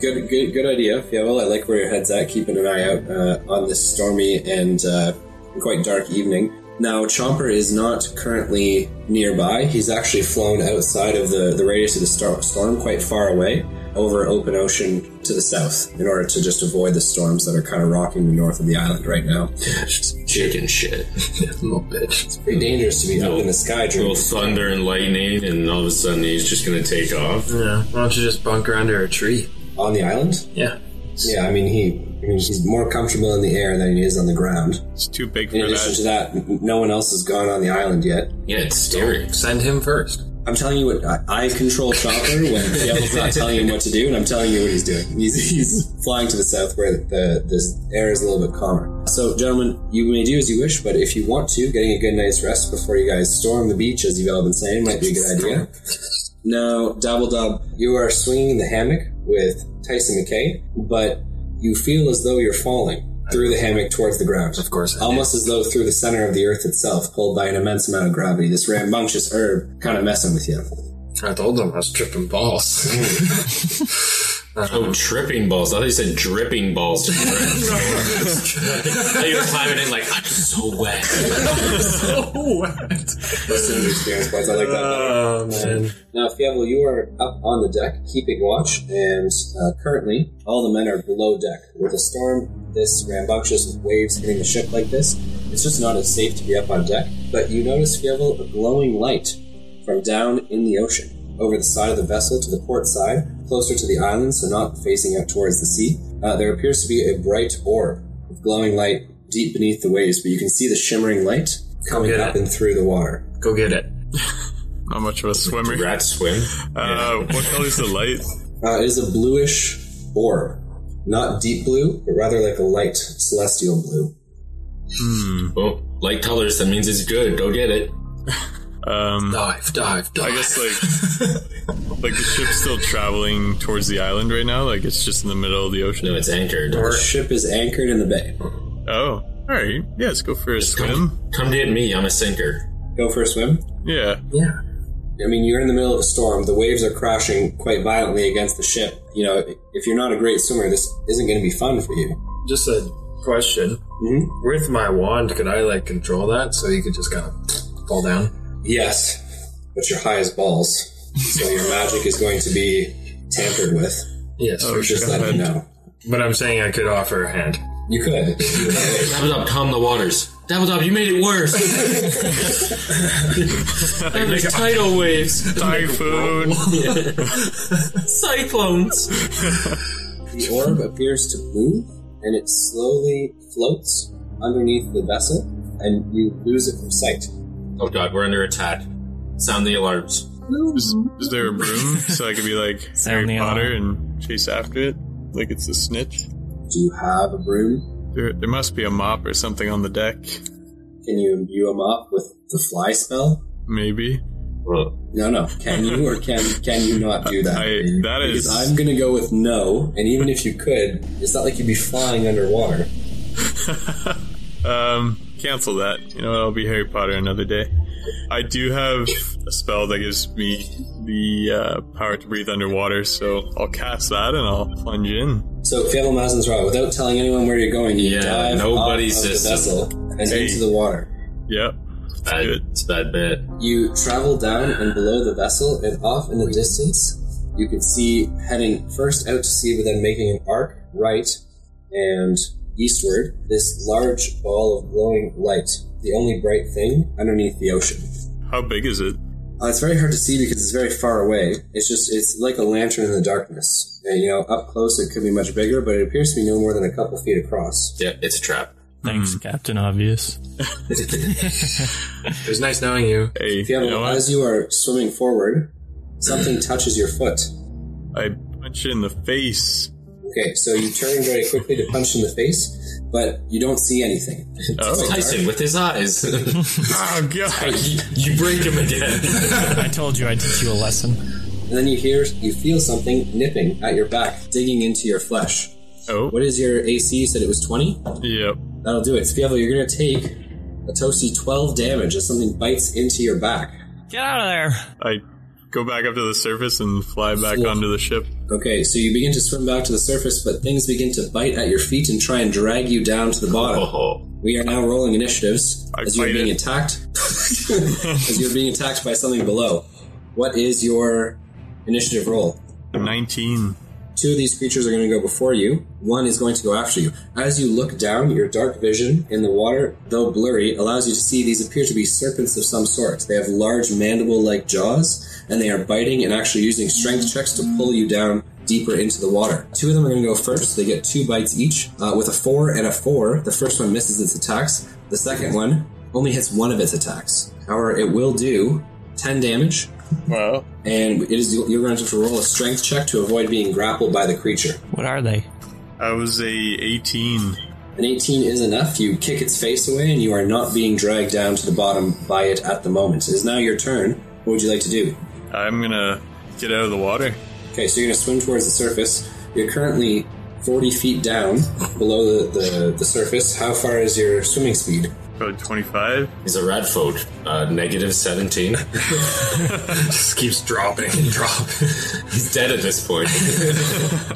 Speaker 1: good, good, good idea, Fievel. I like where your head's at, keeping an eye out uh, on this stormy and uh, quite dark evening. Now, Chomper is not currently nearby. He's actually flown outside of the, the radius of the star- storm, quite far away, over open ocean to the south, in order to just avoid the storms that are kind of rocking the north of the island right now.
Speaker 2: Chicken shit.
Speaker 1: Little bitch. It's pretty dangerous to be up in the sky during
Speaker 2: Little thunder and lightning, and all of a sudden he's just gonna take off.
Speaker 3: yeah. Why don't you just bunker under a tree?
Speaker 1: on the island.
Speaker 3: Yeah.
Speaker 1: Yeah, I mean he he's more comfortable in the air than he is on the ground.
Speaker 4: It's too big for
Speaker 1: In addition to
Speaker 4: that.
Speaker 1: that, n- no one else has gone on the island yet.
Speaker 2: Yeah, it's scary.
Speaker 3: Send him first.
Speaker 1: I'm telling you what I, I control Chopper when Fievel's not telling him what to do, and I'm telling you what he's doing. He's, he's flying to the south where the this air is a little bit calmer. So, gentlemen, you may do as you wish, but if you want to, getting a good night's rest before you guys storm the beach, as you've all been saying, might be a good idea. Now, Dabble Dub, you are swinging in the hammock with Tyson McKay, but you feel as though you're falling through the hammock towards the ground.
Speaker 3: Of course. I
Speaker 1: Almost as though through the center of the earth itself, pulled by an immense amount of gravity. This rambunctious herb kind of messing with you.
Speaker 3: did. I told him I was tripping balls.
Speaker 2: Oh, tripping balls. I thought you said dripping balls. I thought you were climbing in like, I'm so wet.
Speaker 1: Those experience points. I like that better.
Speaker 3: oh man.
Speaker 1: Now, Fievel, you are up on the deck, keeping watch, and uh, currently all the men are below deck. With a storm this rambunctious, with waves hitting the ship like this, it's just not as safe to be up on deck. But you notice, Fievel, a glowing light from down in the ocean, over the side of the vessel to the port side, closer to the island, so not facing out towards the sea. Uh, there appears to be a bright orb of glowing light deep beneath the waves, but you can see the shimmering light coming
Speaker 3: get
Speaker 1: up
Speaker 3: it.
Speaker 1: and through the water.
Speaker 3: Go get it.
Speaker 4: Not much of a swimmer.
Speaker 2: Rats swim.
Speaker 4: Uh, what color is the light?
Speaker 1: Uh, it is a bluish orb. Not deep blue, but rather like a light celestial blue.
Speaker 2: Oh, light colors. That means it's good. Go get it.
Speaker 4: Um,
Speaker 3: Dive, dive, dive.
Speaker 4: I guess like like the ship's still traveling towards the island right now. Like it's just in the middle of the
Speaker 2: No,
Speaker 4: ocean.
Speaker 2: it's anchored.
Speaker 1: The ship is anchored in the bay.
Speaker 4: Oh, all right. Yeah, let's go for a swim.
Speaker 2: Come get me. I'm a sinker.
Speaker 1: Go for a swim.
Speaker 4: Yeah.
Speaker 3: yeah.
Speaker 1: I mean, you're in the middle of a storm. The waves are crashing quite violently against the ship. You know, if you're not a great swimmer, this isn't going to be fun for you.
Speaker 3: Just a question.
Speaker 1: Mhm.
Speaker 3: With my wand, could I like control that so he could just kind of fall down?
Speaker 1: Yes, but you're high as balls, so your magic is going to be tampered with.
Speaker 3: Yes, for Oh, sure.
Speaker 1: Just let you know.
Speaker 3: But I'm saying I could offer a hand.
Speaker 1: You could.
Speaker 2: Dabbledob, calm the waters. Dabbledob, you made it worse. There's tidal waves,
Speaker 4: Typhoon.
Speaker 2: cyclones.
Speaker 1: The orb appears to move, and it slowly floats underneath the vessel, and you lose it from sight.
Speaker 2: Oh god, we're under attack. Sound the alarms.
Speaker 4: Is, is there a broom so I could be like
Speaker 5: Sound the
Speaker 4: Harry Potter and chase after it? Like it's a snitch.
Speaker 1: Do you have a broom?
Speaker 4: There, there must be a mop or something on the deck.
Speaker 1: Can you imbue him up with the fly spell?
Speaker 4: Maybe.
Speaker 2: Well,
Speaker 1: No, no. Can you or can can you not do that?
Speaker 4: I. That
Speaker 1: because
Speaker 4: is.
Speaker 1: I'm gonna go with no, and even if you could, it's not like you'd be flying underwater.
Speaker 4: Um, cancel that. You know what? I'll be Harry Potter another day. I do have a spell that gives me the uh, power to breathe underwater, so I'll cast that and I'll plunge in.
Speaker 1: So Fable Mazen's right. Without telling anyone where you're going, you
Speaker 2: Yeah,
Speaker 1: dive
Speaker 2: nobody
Speaker 1: off of
Speaker 2: says
Speaker 1: the vessel and
Speaker 4: Hey.
Speaker 1: into the water.
Speaker 4: Yep.
Speaker 2: bad,
Speaker 4: Good.
Speaker 2: it's a bad bet.
Speaker 1: You travel down and below the vessel, and off in the distance, you can see heading first out to sea, but then making an arc right and eastward, this large ball of glowing light, the only bright thing underneath the ocean.
Speaker 4: How big is it?
Speaker 1: Uh, it's very hard to see because it's very far away. It's just, it's like a lantern in the darkness. Uh, you know, up close it could be much bigger, but it appears to be no more than a couple feet across.
Speaker 2: Yeah, it's a trap.
Speaker 5: Thanks, Captain Obvious.
Speaker 2: It was nice knowing you.
Speaker 4: Hey,
Speaker 1: If you have,
Speaker 4: you know what?
Speaker 1: as you are swimming forward, something touches your foot.
Speaker 4: I punch you in the face.
Speaker 1: Okay, so you turn very quickly to punch in the face, but you don't see anything.
Speaker 4: Oh,
Speaker 2: Tyson with his eyes.
Speaker 1: Ah,
Speaker 4: oh god.
Speaker 2: you, you break him again.
Speaker 5: I told you I'd teach you a lesson.
Speaker 1: And then you hear, you feel something nipping at your back, digging into your flesh.
Speaker 4: Oh,
Speaker 1: What is your AC? You said it was 20?
Speaker 4: yep.
Speaker 1: That'll do it. Spievo, you're going to take a toasty 12 damage as something bites into your back.
Speaker 5: Get out of there!
Speaker 4: I go back up to the surface and fly back onto the ship.
Speaker 1: Okay, so you begin to swim back to the surface, but things begin to bite at your feet and try and drag you down to the bottom.
Speaker 2: Oh,
Speaker 1: We are now rolling initiatives
Speaker 4: I
Speaker 1: as you're
Speaker 4: fight
Speaker 1: being
Speaker 4: it.
Speaker 1: attacked. as you're being attacked by something below. What is your initiative roll?
Speaker 4: 19.
Speaker 1: Two of these creatures are going to go before you. One is going to go after you. As you look down, your dark vision in the water, though blurry, allows you to see these appear to be serpents of some sort. They have large mandible-like jaws, and they are biting and actually using strength checks to pull you down deeper into the water. Two of them are going to go first. They get two bites each. Uh, with a four and a four, the first one misses its attacks. The second one only hits one of its attacks. However, it will do 10 damage
Speaker 4: Wow.
Speaker 1: and it is you're going to have to roll a strength check to avoid being grappled by the creature.
Speaker 5: What are they?
Speaker 4: I was a 18.
Speaker 1: An 18 is enough. You kick its face away, and you are not being dragged down to the bottom by it at the moment. It is now your turn. What would you like to do?
Speaker 4: I'm gonna get out of the water.
Speaker 1: Okay, so you're going to swim towards the surface. You're currently 40 feet down below the, the, the surface. How far is your swimming speed?
Speaker 4: Probably 25.
Speaker 2: he's a Radford. Uh, negative 17. Just keeps dropping and dropping. He's dead at this point.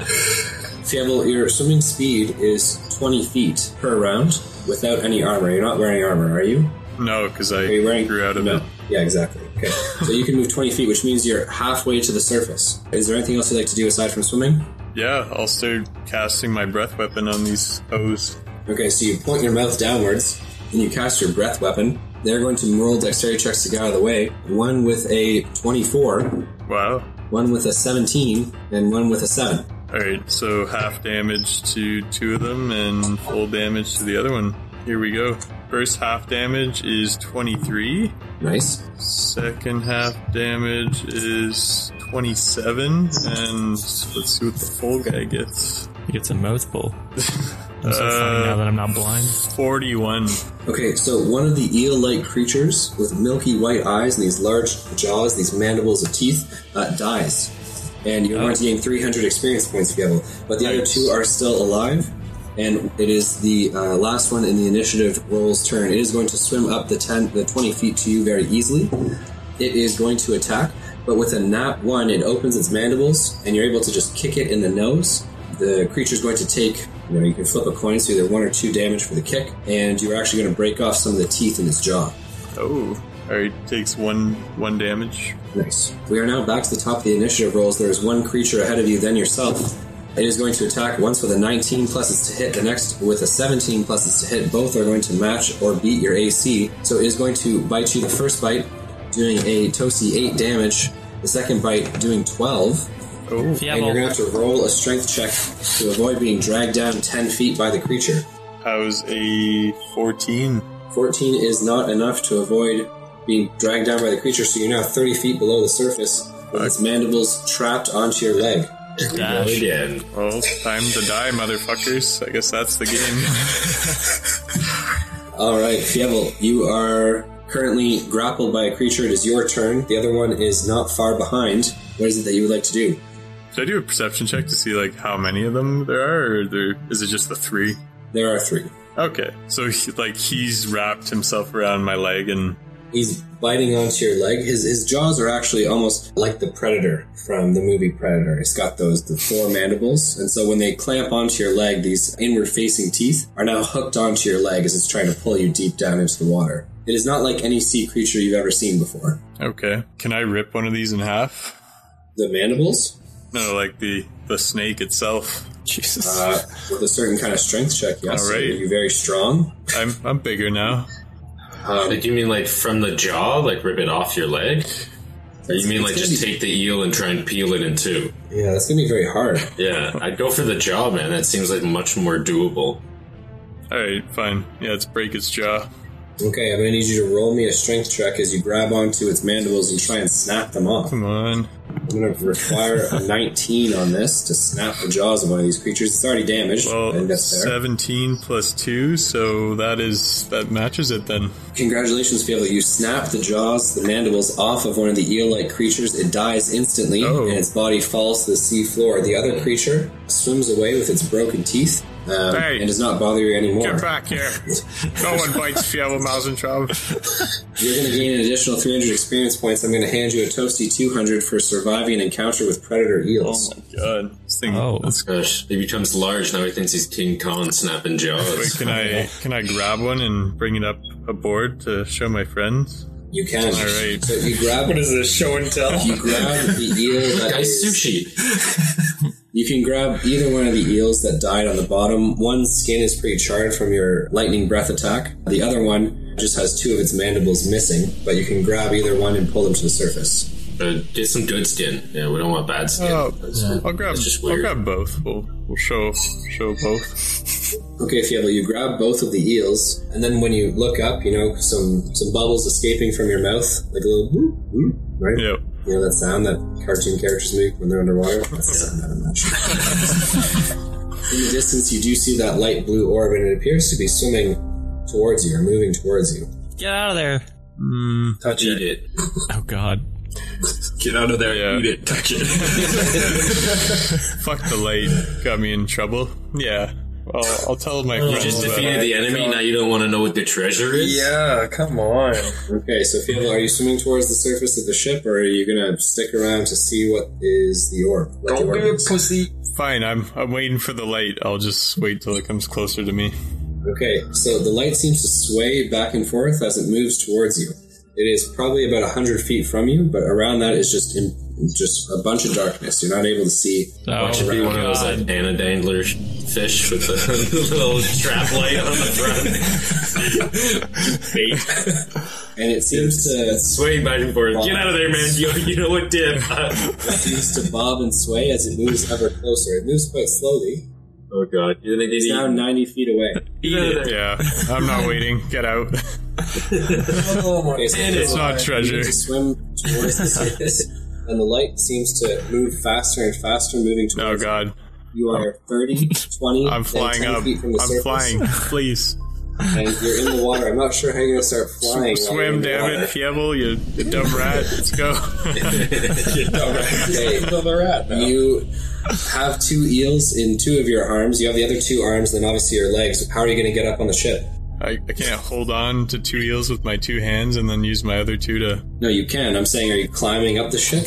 Speaker 1: Fievel, your swimming speed is 20 feet per round without any armor. You're not wearing armor, are you?
Speaker 4: No, because I
Speaker 1: Are you wearing?
Speaker 4: grew out of
Speaker 1: no.
Speaker 4: it.
Speaker 1: Yeah, exactly. Okay, so you can move twenty feet, which means you're halfway to the surface. Is there anything else you'd like to do aside from swimming?
Speaker 4: Yeah, I'll start casting my breath weapon on these hoes.
Speaker 1: Okay, so you point your mouth downwards and you cast your breath weapon. They're going to roll dexterity checks to get out of the way. One with a twenty-four,
Speaker 4: Wow.
Speaker 1: one with a seventeen, and one with a seven.
Speaker 4: Alright, so half damage to two of them and full damage to the other one. Here we go. First half damage is 23.
Speaker 1: Nice.
Speaker 4: Second half damage is 27. And let's see what the full guy gets.
Speaker 5: He gets a mouthful. I'm so funny now that I'm not blind.
Speaker 4: 41.
Speaker 1: Okay, so one of the eel-like creatures with milky white eyes and these large jaws, these mandibles of teeth, uh, dies, and you're going to gain 300 experience points, Gavel. But the other
Speaker 4: Nice.
Speaker 1: two are still alive, and it is the uh, last one in the initiative roll's turn. It is going to swim up the 10, the 20 feet to you very easily. It is going to attack, but with a nat one, it opens its mandibles, and you're able to just kick it in the nose. The creature's going to take, you know, you can flip a coin, so either one or two damage for the kick, and you're actually going to break off some of the teeth in its jaw.
Speaker 4: Oh. Alright, takes one one damage.
Speaker 1: Nice. We are now back to the top of the initiative rolls. There is one creature ahead of you, then yourself. It is going to attack once with a 19 plus its to hit, the next with a 17 plus its to hit. Both are going to match or beat your AC. So it is going to bite you the first bite, doing a toasty 8 damage, the second bite doing 12,
Speaker 4: Oh.
Speaker 5: Yeah,
Speaker 1: and you're
Speaker 5: well,
Speaker 1: going to have to roll a strength check to avoid being dragged down 10 feet by the creature.
Speaker 4: How's a 14?
Speaker 1: 14 is not enough to avoid being dragged down by the creature, so you're now 30 feet below the surface with its mandibles trapped onto your leg.
Speaker 5: dash.
Speaker 2: Again.
Speaker 4: Well, it's time to die, motherfuckers. I guess that's the game.
Speaker 1: All right, Fievel, you are currently grappled by a creature. It is your turn. The other one is not far behind. What is it that you would like to do?
Speaker 4: Should I do a perception check to see like how many of them there are, or there, is it just the three?
Speaker 1: There are three.
Speaker 4: Okay, so he, like he's wrapped himself around my leg, and
Speaker 1: He's biting onto your leg. His his jaws are actually almost like the predator from the movie Predator. It's got those the four mandibles, and so when they clamp onto your leg, these inward facing teeth are now hooked onto your leg as it's trying to pull you deep down into the water. It is not like any sea creature you've ever seen before.
Speaker 4: okay, can I rip one of these in half?
Speaker 1: The mandibles,
Speaker 4: No, like the the snake itself.
Speaker 5: Jesus.
Speaker 1: uh, with a certain kind of strength check, yes.
Speaker 4: All right.
Speaker 1: Are you very strong?
Speaker 4: I'm I'm bigger now.
Speaker 2: Like, uh, you mean like from the jaw, like rip it off your leg? Or Oh, you mean like
Speaker 1: It's
Speaker 2: just
Speaker 1: gonna
Speaker 2: take the eel and try and peel it in two?
Speaker 1: Yeah, that's gonna be very hard.
Speaker 2: Yeah, I'd go for the jaw, man. That seems like much more doable.
Speaker 4: All right, fine. Yeah, let's break its jaw.
Speaker 1: Okay, I'm gonna need you to roll me a strength check as you grab onto its mandibles and try and snap them off.
Speaker 4: Come on.
Speaker 1: I'm gonna require a 19 on this to snap the jaws of one of these creatures. It's already damaged. and
Speaker 4: Well,
Speaker 1: that's there.
Speaker 4: 17 plus 2, so that is that matches it then.
Speaker 1: Congratulations, Fable. You snap the jaws, the mandibles off of one of the eel like creatures. It dies instantly,
Speaker 4: Oh.
Speaker 1: and its body falls to the sea floor. The other creature swims away with its broken teeth um,
Speaker 4: Hey.
Speaker 1: and does not bother you anymore.
Speaker 4: back here. No one bites Fievel Mausentraub.
Speaker 1: You're going to gain an additional 300 experience points. I'm going to hand you a toasty 200 for surviving an encounter with predator
Speaker 4: Oh
Speaker 1: eels.
Speaker 4: my god. This thing.
Speaker 5: Oh,
Speaker 2: Gosh, he becomes large now. He thinks he's King Kong snapping
Speaker 4: Wait,
Speaker 2: jaws.
Speaker 4: can I can I grab one and bring it up aboard to show my friends?
Speaker 1: you can. All
Speaker 4: right.
Speaker 1: So you grab
Speaker 3: What is this show and tell?
Speaker 1: you grab the eel that
Speaker 2: Guys,
Speaker 1: is-
Speaker 2: sushi.
Speaker 1: You can grab either one of the eels that died on the bottom. One skin is pretty charred from your lightning breath attack. The other one just has two of its mandibles missing, but you can grab either one and pull them to the surface.
Speaker 2: Uh, get some good skin. Yeah, we don't want bad skin.
Speaker 4: Oh, I'll grab
Speaker 2: That's just
Speaker 4: I'll
Speaker 2: weird.
Speaker 4: grab both. We'll we'll show show both.
Speaker 1: Okay, Fievel, you grab both of the eels, and then when you look up, you know, some, some bubbles escaping from your mouth, like a little whoop, whoop, right?
Speaker 4: Yep.
Speaker 1: You know that sound that cartoon characters make when they're underwater? That's the sound that I'm not sure. In the distance, you do see that light blue orb, and it appears to be swimming towards you, or moving towards you.
Speaker 5: get out of there!
Speaker 3: Touch
Speaker 2: Eat it.
Speaker 5: Oh God,
Speaker 2: Get out of there.
Speaker 4: Yeah.
Speaker 2: Eat it. Touch it.
Speaker 4: Fuck the light. Got me in trouble. Yeah. Well, I'll tell my
Speaker 2: You
Speaker 4: friends.
Speaker 2: just
Speaker 4: that-
Speaker 2: defeated the enemy. Now you don't want to know what the treasure is.
Speaker 3: Yeah, come on.
Speaker 1: Okay, so Fievel, are you swimming towards the surface of the ship, or are you gonna stick around to see what is the orb? what the
Speaker 3: Don't
Speaker 1: orb
Speaker 3: be a
Speaker 1: is?
Speaker 3: pussy.
Speaker 4: Fine, I'm I'm waiting for the light. I'll just wait till it comes closer to me.
Speaker 1: Okay, so the light seems to sway back and forth as it moves towards you. It is probably about hundred feet from you, but around that is just in, just a bunch of darkness. You're not able to see.
Speaker 5: oh,
Speaker 2: Should be one of those like anadangler fish with the little trap light on the front. Bait.
Speaker 1: And it seems to
Speaker 2: Sway back and forth. Get out of there, man. You, you know what dip. Oh,
Speaker 1: seems to bob and sway as it moves ever closer. It moves quite slowly.
Speaker 2: oh god. You're gonna get
Speaker 1: It's now
Speaker 2: eaten.
Speaker 1: ninety feet away.
Speaker 2: Eat it.
Speaker 4: Yeah, I'm not waiting. Get out.
Speaker 3: Oh my
Speaker 1: Okay, so
Speaker 4: It's not
Speaker 1: You
Speaker 4: treasure.
Speaker 1: need to swim towards the surface, and the light seems to move faster and faster, moving towards.
Speaker 4: Oh God,
Speaker 1: You are 30, 20,
Speaker 4: I'm
Speaker 1: and
Speaker 4: flying
Speaker 1: 10
Speaker 4: up.
Speaker 1: feet from the
Speaker 4: I'm
Speaker 1: surface,
Speaker 4: flying. Please
Speaker 1: And you're in the water. I'm not sure how you're going to start flying. while you're
Speaker 4: swim,
Speaker 1: in the
Speaker 4: damn
Speaker 1: water.
Speaker 4: it, Fievel, you, you dumb rat. Let's go.
Speaker 1: Okay, You have two eels in two of your arms. You have the other two arms, then obviously your legs. How are you going to get up on the ship?
Speaker 4: I, I can't hold on to two eels with my two hands and then use my other two to.
Speaker 1: No, you can. I'm saying, are you climbing up the ship?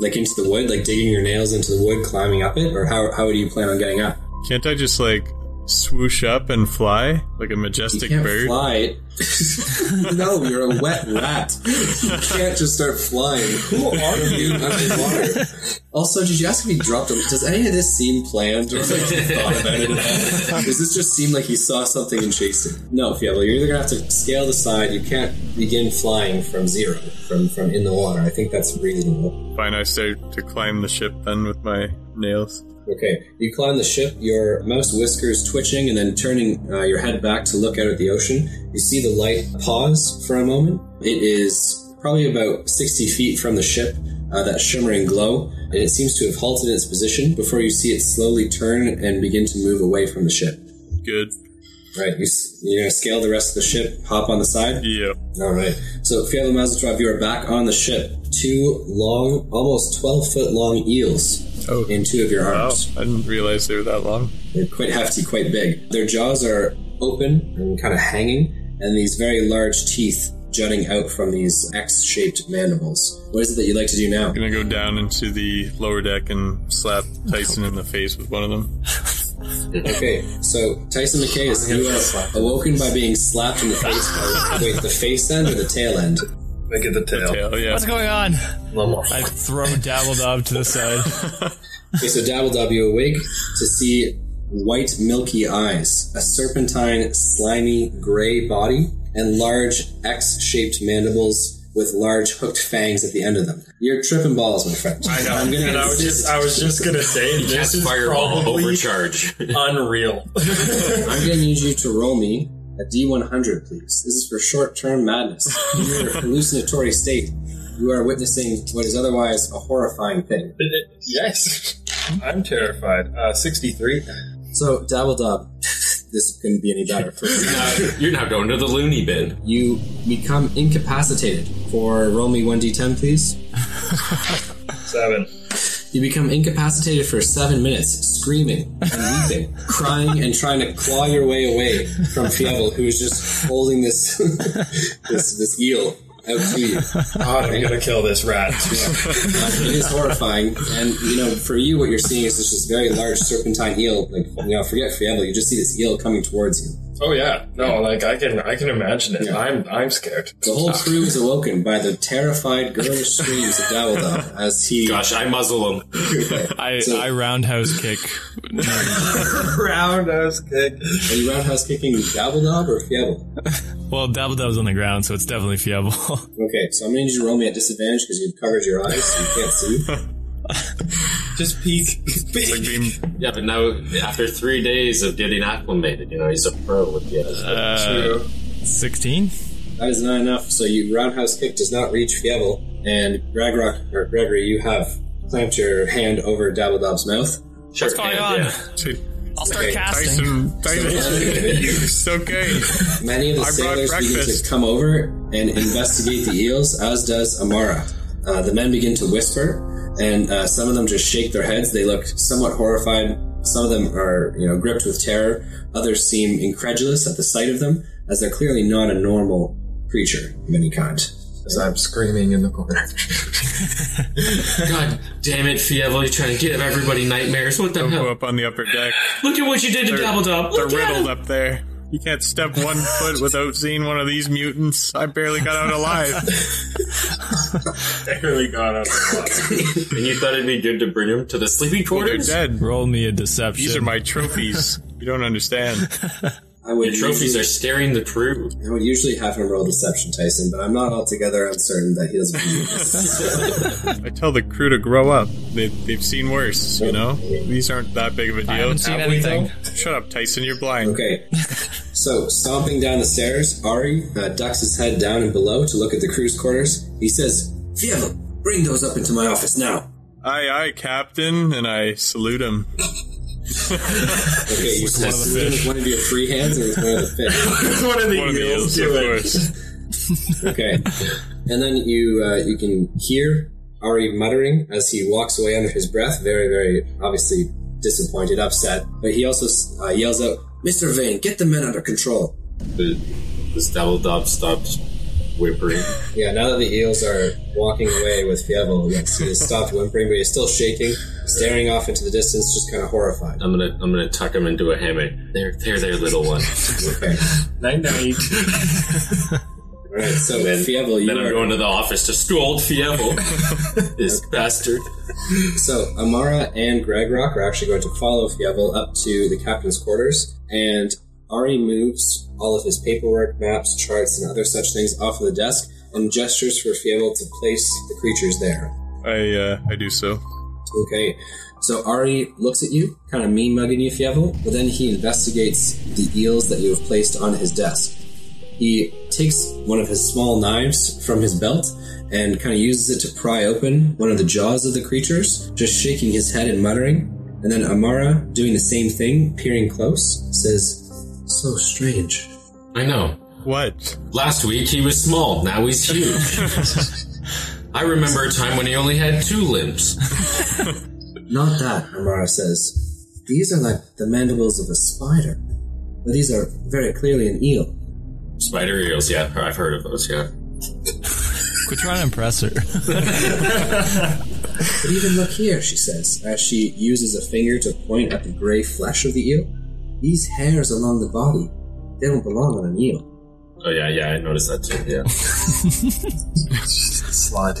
Speaker 1: Like into the wood? Like digging your nails into the wood, climbing up it? Or how, how do you plan on getting up?
Speaker 4: Can't I just like swoosh up and fly like a majestic
Speaker 1: You can't
Speaker 4: bird?
Speaker 1: fly. no, you're a wet rat. You can't just start flying. Who are you underwater? Also, did you ask if he dropped a Does any of this seem planned? Or like, he thought about it? at all? Does this just seem like he saw something and chased it? No, Fievel, you're either gonna have to scale the side. You can't begin flying from zero, from from in the water. I think that's reasonable.
Speaker 4: Fine, I start to climb the ship then with my nails.
Speaker 1: Okay, you climb the ship, your mouse whiskers twitching, and then turning uh, your head back to look out at the ocean. You see the light pause for a moment. It is probably about 60 feet from the ship, uh, that shimmering glow, and it seems to have halted in its position before you see it slowly turn and begin to move away from the ship.
Speaker 4: Good.
Speaker 1: Right, you, s- you're gonna scale the rest of the ship, hop on the side.
Speaker 4: Yeah.
Speaker 1: All right. So, Fiala Mazatrov, you are back on the ship. Two long, almost 12 foot long eels
Speaker 4: Oh.
Speaker 1: in two of your
Speaker 4: Wow,
Speaker 1: arms.
Speaker 4: I didn't realize they were that long.
Speaker 1: They're quite hefty, quite big. Their jaws are open and kind of hanging, and these very large teeth jutting out from these X shaped mandibles. What is it that you'd like to do now?
Speaker 4: gonna go down into the lower deck and slap Tyson in the face with one of them.
Speaker 1: Okay, so Tyson McKay is you are awoken by being slapped in the face. by- wait, the face end or the tail end?
Speaker 3: Make it the
Speaker 1: Oh.
Speaker 3: tail.
Speaker 4: Hell yeah.
Speaker 5: what's going on?
Speaker 3: Llama.
Speaker 5: I throw Dabbledob to the side.
Speaker 1: Okay, so Dabbledob, you awake to see white milky eyes, a serpentine, slimy, gray body, and large X shaped mandibles with large hooked fangs at the end of them. You're tripping balls, my friend.
Speaker 6: I know.
Speaker 1: I'm gonna
Speaker 6: and I was
Speaker 1: insist-
Speaker 6: just I was just gonna say this
Speaker 2: Cast
Speaker 6: is
Speaker 2: fireball
Speaker 6: probably
Speaker 2: overcharge.
Speaker 6: unreal.
Speaker 1: I'm gonna need you to roll me a D100, please. This is for short-term madness. You're in a hallucinatory state. You are witnessing what is otherwise a horrifying thing.
Speaker 3: Yes. I'm terrified. Uh, 63.
Speaker 1: So, Dabble Dab, this couldn't be any better for you.
Speaker 2: You're now going to the loony bin.
Speaker 1: You become incapacitated for roll me 1d10, please.
Speaker 3: 7.
Speaker 1: You become incapacitated for seven minutes, screaming and weeping, crying and trying to claw your way away from Fievel, who is just holding this this this eel out to you.
Speaker 3: God, I'm gonna kill this rat.
Speaker 1: It is horrifying, and you know, for you, what you're seeing is just this very large serpentine eel. Like, you know, forget Fievel, you just see this eel coming towards you.
Speaker 3: oh yeah. No, like I can I can imagine it. I'm I'm scared.
Speaker 1: The whole crew is awoken by the terrified girlish screams of Dawoda as he
Speaker 2: Gosh, I muzzle him.
Speaker 5: I,
Speaker 1: So-
Speaker 5: I roundhouse kick.
Speaker 3: Roundhouse kick.
Speaker 1: are you roundhouse kicking Dabbledob or Fievel?
Speaker 5: Well, Dabbledob's on the ground, so it's definitely fiable.
Speaker 1: Okay, so I'm gonna need you to roll me at disadvantage because you've covered your eyes, so you can't see.
Speaker 3: Just peek.
Speaker 4: Like being,
Speaker 2: Yeah, but now after three days of getting acclimated, you know he's a pro with the others.
Speaker 5: Uh, 16?
Speaker 1: That is not enough. So you roundhouse kick does not reach Fievel, and Gregrock or Gregory, you have clamped your hand over Dabbledob's mouth.
Speaker 2: What's
Speaker 5: going on? I'll start casting.
Speaker 4: it's okay.
Speaker 1: Many of the
Speaker 4: I brought
Speaker 1: sailors begin to
Speaker 4: breakfast.
Speaker 1: come over and investigate the eels, as does Amara. Uh, the men begin to whisper, and uh, some of them just shake their heads. They look somewhat horrified. Some of them are, you know, gripped with terror. Others seem incredulous at the sight of them, as they're clearly not a normal creature of any kind.
Speaker 3: As I'm screaming in the corner.
Speaker 2: God damn it, Fievel! You're trying to give everybody nightmares. What the
Speaker 4: Go
Speaker 2: hell?
Speaker 4: up on the upper deck.
Speaker 2: Look at what you did to Double Dub.
Speaker 4: They're
Speaker 2: Look at
Speaker 4: riddled
Speaker 2: him.
Speaker 4: up there. You can't step one foot without seeing one of these mutants. I barely got out alive.
Speaker 6: Barely got up.
Speaker 2: And you thought it'd be good to bring him to the sleeping
Speaker 4: Well, they're
Speaker 2: quarters?
Speaker 4: dead.
Speaker 5: Roll me a
Speaker 4: These are
Speaker 5: deception.
Speaker 4: my trophies. You don't understand.
Speaker 1: I would
Speaker 2: Your trophies
Speaker 1: usually-
Speaker 2: are staring the crew.
Speaker 1: I would usually have him roll deception, Tyson, but I'm not altogether uncertain that he doesn't do this.
Speaker 4: I tell the crew to grow up. They, they've seen worse, you know? These aren't that big of a deal.
Speaker 5: I haven't seen
Speaker 4: Have we,
Speaker 5: anything.
Speaker 4: though? Shut up, Tyson. You're blind.
Speaker 1: okay. So, stomping down the stairs, Ari uh, ducks his head down and below to look at the crew's quarters. He says, Fievel, bring those up into my office now.
Speaker 4: Aye, aye, Captain. And I salute him.
Speaker 1: Okay, you
Speaker 5: one of the
Speaker 1: salute him with
Speaker 5: fish.
Speaker 1: one of your free hands or with one of the fish.
Speaker 6: One of the
Speaker 4: One of the
Speaker 6: eels
Speaker 4: eels, of
Speaker 6: do it.
Speaker 4: course.
Speaker 1: Okay. And then you uh, you can hear Ari muttering as he walks away under his breath, very, very obviously disappointed, upset. But he also uh, yells out, Mr. Vane, get the men under control.
Speaker 2: The, this Double Dub stopped whimpering.
Speaker 1: Yeah, now that the eels are walking away with Fievel, yes, he has stopped whimpering, but he's still shaking, staring off into the distance, just kind of horrified.
Speaker 2: I'm gonna, I'm gonna tuck him into a hammock. There, there, there, little one.
Speaker 1: Okay.
Speaker 6: Night night.
Speaker 1: All right, so Fievel, you
Speaker 2: Then I'm
Speaker 1: are...
Speaker 2: going to the office to scold Fievel. this bastard.
Speaker 1: So Amara and Greg Rock are actually going to follow Fievel up to the captain's quarters, and Ari moves all of his paperwork, maps, charts, and other such things off of the desk and gestures for Fievel to place the creatures there.
Speaker 4: I, uh, I do so.
Speaker 1: Okay, so Ari looks at you, kind of mean mugging you, Fievel, but then he investigates the eels that you have placed on his desk. He takes one of his small knives from his belt and kind of uses it to pry open one of the jaws of the creatures, just shaking his head and muttering. And then Amara, doing the same thing, peering close, says, So strange.
Speaker 2: I know.
Speaker 4: What?
Speaker 2: Last week he was small. Now he's huge. I remember a time when he only had two limbs.
Speaker 1: Not that, Amara says. These are like the mandibles of a spider. But these are very clearly an eel.
Speaker 2: Spider eels. Yeah, I've heard of those. Yeah.
Speaker 5: Quit trying to impress her.
Speaker 1: But even look here, she says, as she uses a finger to point at the gray flesh of the eel. These hairs along the body, they don't belong on an eel.
Speaker 2: Oh yeah, yeah. I noticed that too. Yeah.
Speaker 3: Slide.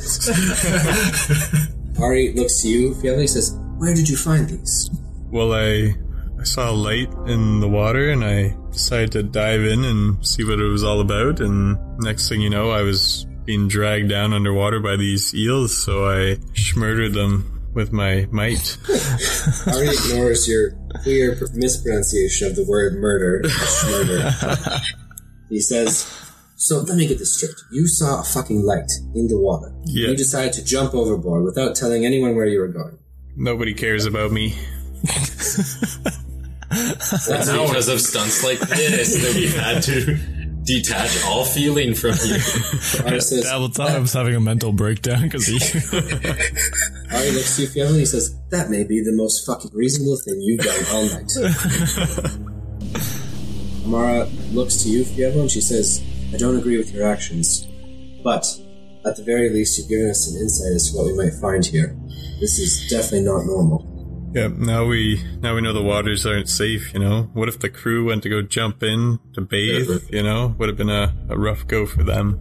Speaker 1: Ari looks to you, Fiala, he says, Where did you find these?
Speaker 4: Well, I I saw a light in the water and I decided to dive in and see what it was all about. And next thing you know, I was being dragged down underwater by these eels, so I murdered them with my might.
Speaker 1: Ari ignores your clear pr- mispronunciation of the word murder. Murder. he says, So let me get this straight. You saw a fucking light in the water.
Speaker 4: Yeah.
Speaker 1: You decided to jump overboard without telling anyone where you were going.
Speaker 4: Nobody cares about me.
Speaker 2: That's because of stunts like this that we've had to detach all feeling from you.
Speaker 1: Ari says,
Speaker 5: Dabbletop was having a mental breakdown because you.
Speaker 1: Ari looks to you family he says, That may be the most fucking reasonable thing you've done all night. Amara looks to you, Fievel, and she says, I don't agree with your actions, but at the very least, you've given us an insight as to what we might find here. This is definitely not normal.
Speaker 4: Yep, now we now we know the waters aren't safe, you know. What if the crew went to go jump in to bathe, you know? Would have been a, a rough go for them.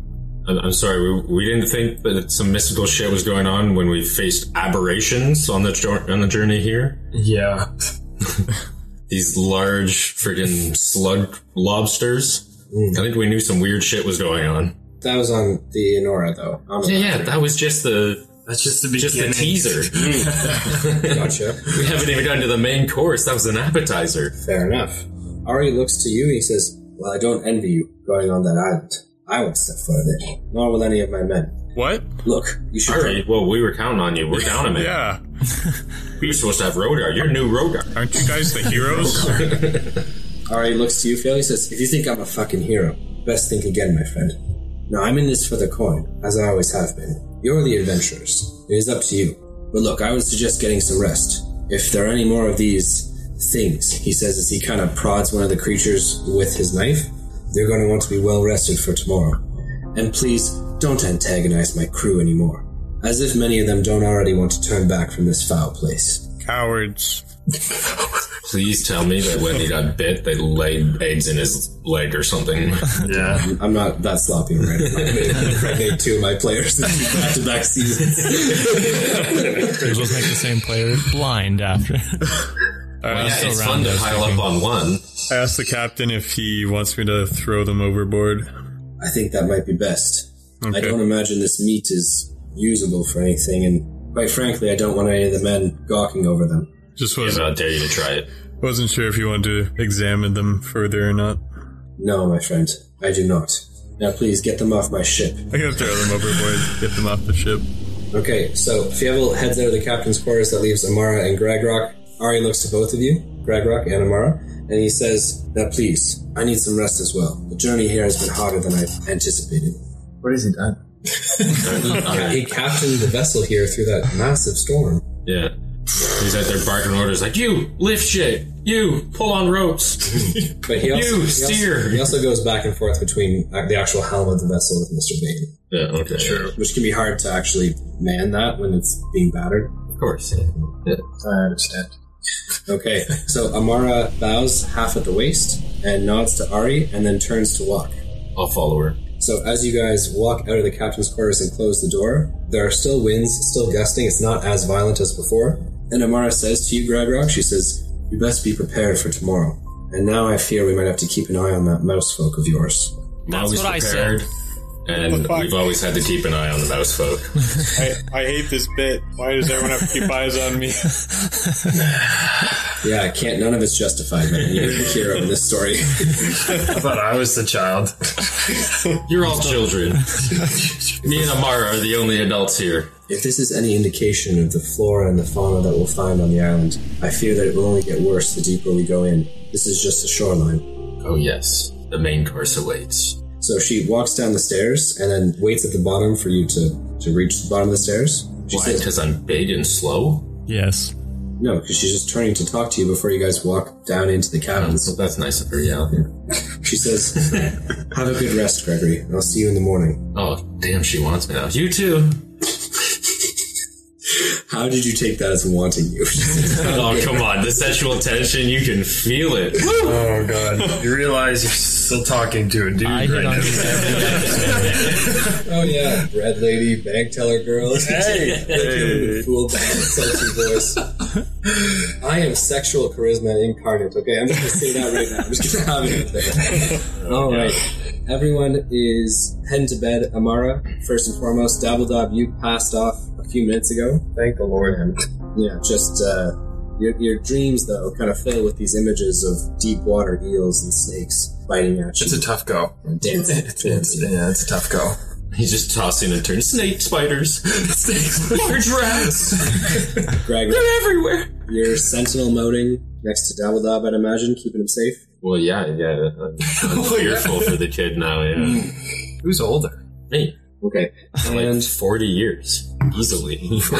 Speaker 2: I'm, I'm sorry, we, we didn't think that some mystical shit was going on when we faced aberrations on the jour- on the journey here.
Speaker 6: Yeah.
Speaker 2: These large freaking slug lobsters. I think we knew some weird shit was going on.
Speaker 1: That was on the Enora, though. I'm
Speaker 2: Yeah, yeah, that was just the
Speaker 6: That's just the
Speaker 2: just
Speaker 6: beginning.
Speaker 2: the teaser.
Speaker 1: Gotcha.
Speaker 2: we haven't even gotten to the main course. That was an appetizer.
Speaker 1: Fair enough. Ari looks to you and he says, Well, I don't envy you going on that island. I won't step foot on it, nor will any of my men.
Speaker 4: What?
Speaker 1: Look, you should
Speaker 2: All right, well, we were counting on you. We're down a minute.
Speaker 4: Yeah.
Speaker 2: We were supposed to have Rodar. You're new Rodar.
Speaker 4: Aren't you guys the heroes?
Speaker 1: Ari looks to you, Phil. He says, If you think I'm a fucking hero, best think again, my friend. Now, I'm in this for the coin, as I always have been. You're the adventurers. It is up to you. But look, I would suggest getting some rest. If there are any more of these things, he says as he kind of prods one of the creatures with his knife, they're going to want to be well rested for tomorrow. And please, don't antagonize my crew anymore. As if many of them don't already want to turn back from this foul place.
Speaker 4: Cowards.
Speaker 2: Please tell me that when he got bit, they laid eggs in his leg or something.
Speaker 6: Yeah.
Speaker 1: I'm not that sloppy, right? I made two of my players in back to back seasons.
Speaker 5: We'll just make the same player blind after.
Speaker 4: I
Speaker 2: Yeah,
Speaker 4: asked,
Speaker 5: so
Speaker 2: it's fun
Speaker 5: round
Speaker 2: to
Speaker 5: those
Speaker 2: pile up
Speaker 5: thinking.
Speaker 2: on one.
Speaker 4: I asked the captain if he wants me to throw them overboard.
Speaker 1: I think that might be best. I
Speaker 4: Okay.
Speaker 1: don't imagine this meat is usable for anything, and quite frankly, I don't want any of the men gawking over them.
Speaker 4: Just
Speaker 2: I
Speaker 4: wasn't
Speaker 2: don't dare you to try it.
Speaker 4: wasn't sure if you wanted to examine them further or not.
Speaker 1: No, my friend, I do not. Now, please get them off my ship.
Speaker 4: I'm gonna throw them overboard, get them off the ship.
Speaker 1: Okay, so Fievel heads out of the captain's quarters. That leaves Amara and Gregrock. Ari looks to both of you, Gregrock and Amara, and he says, Now, please, I need some rest as well. The journey here has been harder than I anticipated.
Speaker 3: What has he done?
Speaker 1: He captained the vessel here through that massive storm.
Speaker 2: Yeah. He's out there barking orders like, you, lift shit. You, pull on ropes.
Speaker 1: But he also,
Speaker 2: You
Speaker 1: he also-
Speaker 2: steer.
Speaker 1: he also goes back and forth between uh, the actual helm of the vessel with Mr. Bane,
Speaker 2: yeah, okay. Sure.
Speaker 1: which can be hard to actually man that when it's being battered.
Speaker 2: Of course. yeah. Yeah.
Speaker 3: I understand.
Speaker 1: Okay, so Amara bows half at the waist and nods to Ari and then turns to walk.
Speaker 2: I'll follow her.
Speaker 1: So as you guys walk out of the captain's quarters and close the door, there are still winds, still gusting. It's not as violent as before. And Amara says to you, Gregrock, she says, "You best be prepared for tomorrow." And now I fear we might have to keep an eye on that mouse folk of yours.
Speaker 2: I'm always
Speaker 5: what I
Speaker 2: prepared. And we've always had to keep an eye on the mouse folk.
Speaker 4: I, I hate this bit. Why does everyone have to keep eyes on me?
Speaker 1: Yeah, I can't. None of it's justified, man. You're the hero in this story.
Speaker 6: I thought I was the child.
Speaker 2: You're all children. Me and Amara are the only adults here.
Speaker 1: If this is any indication of the flora and the fauna that we'll find on the island, I fear that it will only get worse the deeper we go in. This is just a shoreline.
Speaker 2: Oh, yes. The main course awaits.
Speaker 1: So she walks down the stairs and then waits at the bottom for you to, to reach the bottom of the stairs. She
Speaker 2: Why?
Speaker 1: says,
Speaker 2: Because I'm big and slow?
Speaker 5: yes.
Speaker 1: No, because she's just turning to talk to you before you guys walk down into the cabins.
Speaker 2: So that's nice of her, yeah.
Speaker 1: She says, Have a good rest, Gregory, and I'll see you in the morning.
Speaker 2: Oh, damn, she wants me now. You too.
Speaker 1: How did you take that as wanting you?
Speaker 2: Oh, come on. The sexual tension, you can feel it.
Speaker 3: Oh god! You realize you're still talking to a dude
Speaker 5: I
Speaker 3: right
Speaker 5: hit on
Speaker 3: now.
Speaker 5: his
Speaker 1: oh, yeah. Bread lady, bag teller girl.
Speaker 3: Hey,
Speaker 1: Hey. Cool band, sexy voice. I am sexual charisma incarnate. Okay, I'm just gonna say that right now. I'm just gonna have it. All right. Everyone is heading to bed. Amara, first and foremost. Dabbledob, you passed off a few minutes ago.
Speaker 3: Thank the Lord.
Speaker 1: Yeah, just uh, your, your dreams, though, kind of fill with these images of deep water eels and snakes biting at you.
Speaker 6: It's a tough go.
Speaker 1: Dancing.
Speaker 6: It's, it's- yeah, it's a tough go.
Speaker 2: He's just tossing and turning. Snake spiders, snakes, large rats.
Speaker 1: Greg,
Speaker 2: They're everywhere.
Speaker 1: you're sentinel moding next to Dabbledob, I'd imagine, keeping him safe.
Speaker 2: Well, yeah, yeah. I'm, I'm fearful for the kid now. Yeah,
Speaker 6: Who's older?
Speaker 2: me
Speaker 1: Okay.
Speaker 2: like
Speaker 1: And
Speaker 2: forty years easily.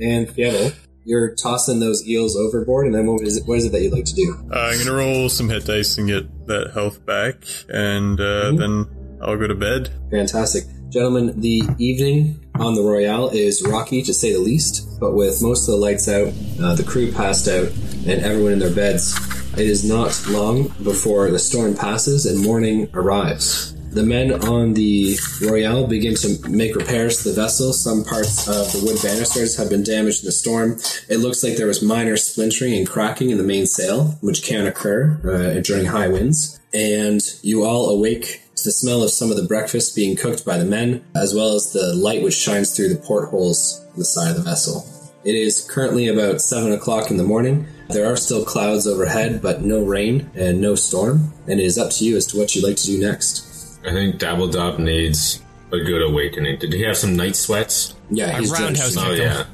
Speaker 1: and Fievel, you're tossing those eels overboard, and then what is it, what is it that you'd like to do?
Speaker 4: Uh, I'm gonna roll some hit dice and get that health back, and uh, then I'll go to bed.
Speaker 1: Fantastic. Gentlemen, the evening on the Royale is rocky to say the least, but with most of the lights out, uh, the crew passed out, and everyone in their beds, it is not long before the storm passes and morning arrives. The men on the Royale begin to make repairs to the vessel. Some parts of the wood banisters have been damaged in the storm. It looks like there was minor splintering and cracking in the mainsail, which can occur uh, during high winds. And you all awake to the smell of some of the breakfast being cooked by the men, as well as the light which shines through the portholes on the side of the vessel. It is currently about 7 o'clock in the morning. There are still clouds overhead, but no rain and no storm, and it is up to you as to what you'd like to do next.
Speaker 2: I think Dabbledob needs a good awakening. Did he have some night sweats?
Speaker 1: Yeah,
Speaker 5: I
Speaker 1: he's done.
Speaker 5: roundhouse
Speaker 2: Oh
Speaker 5: kicked him.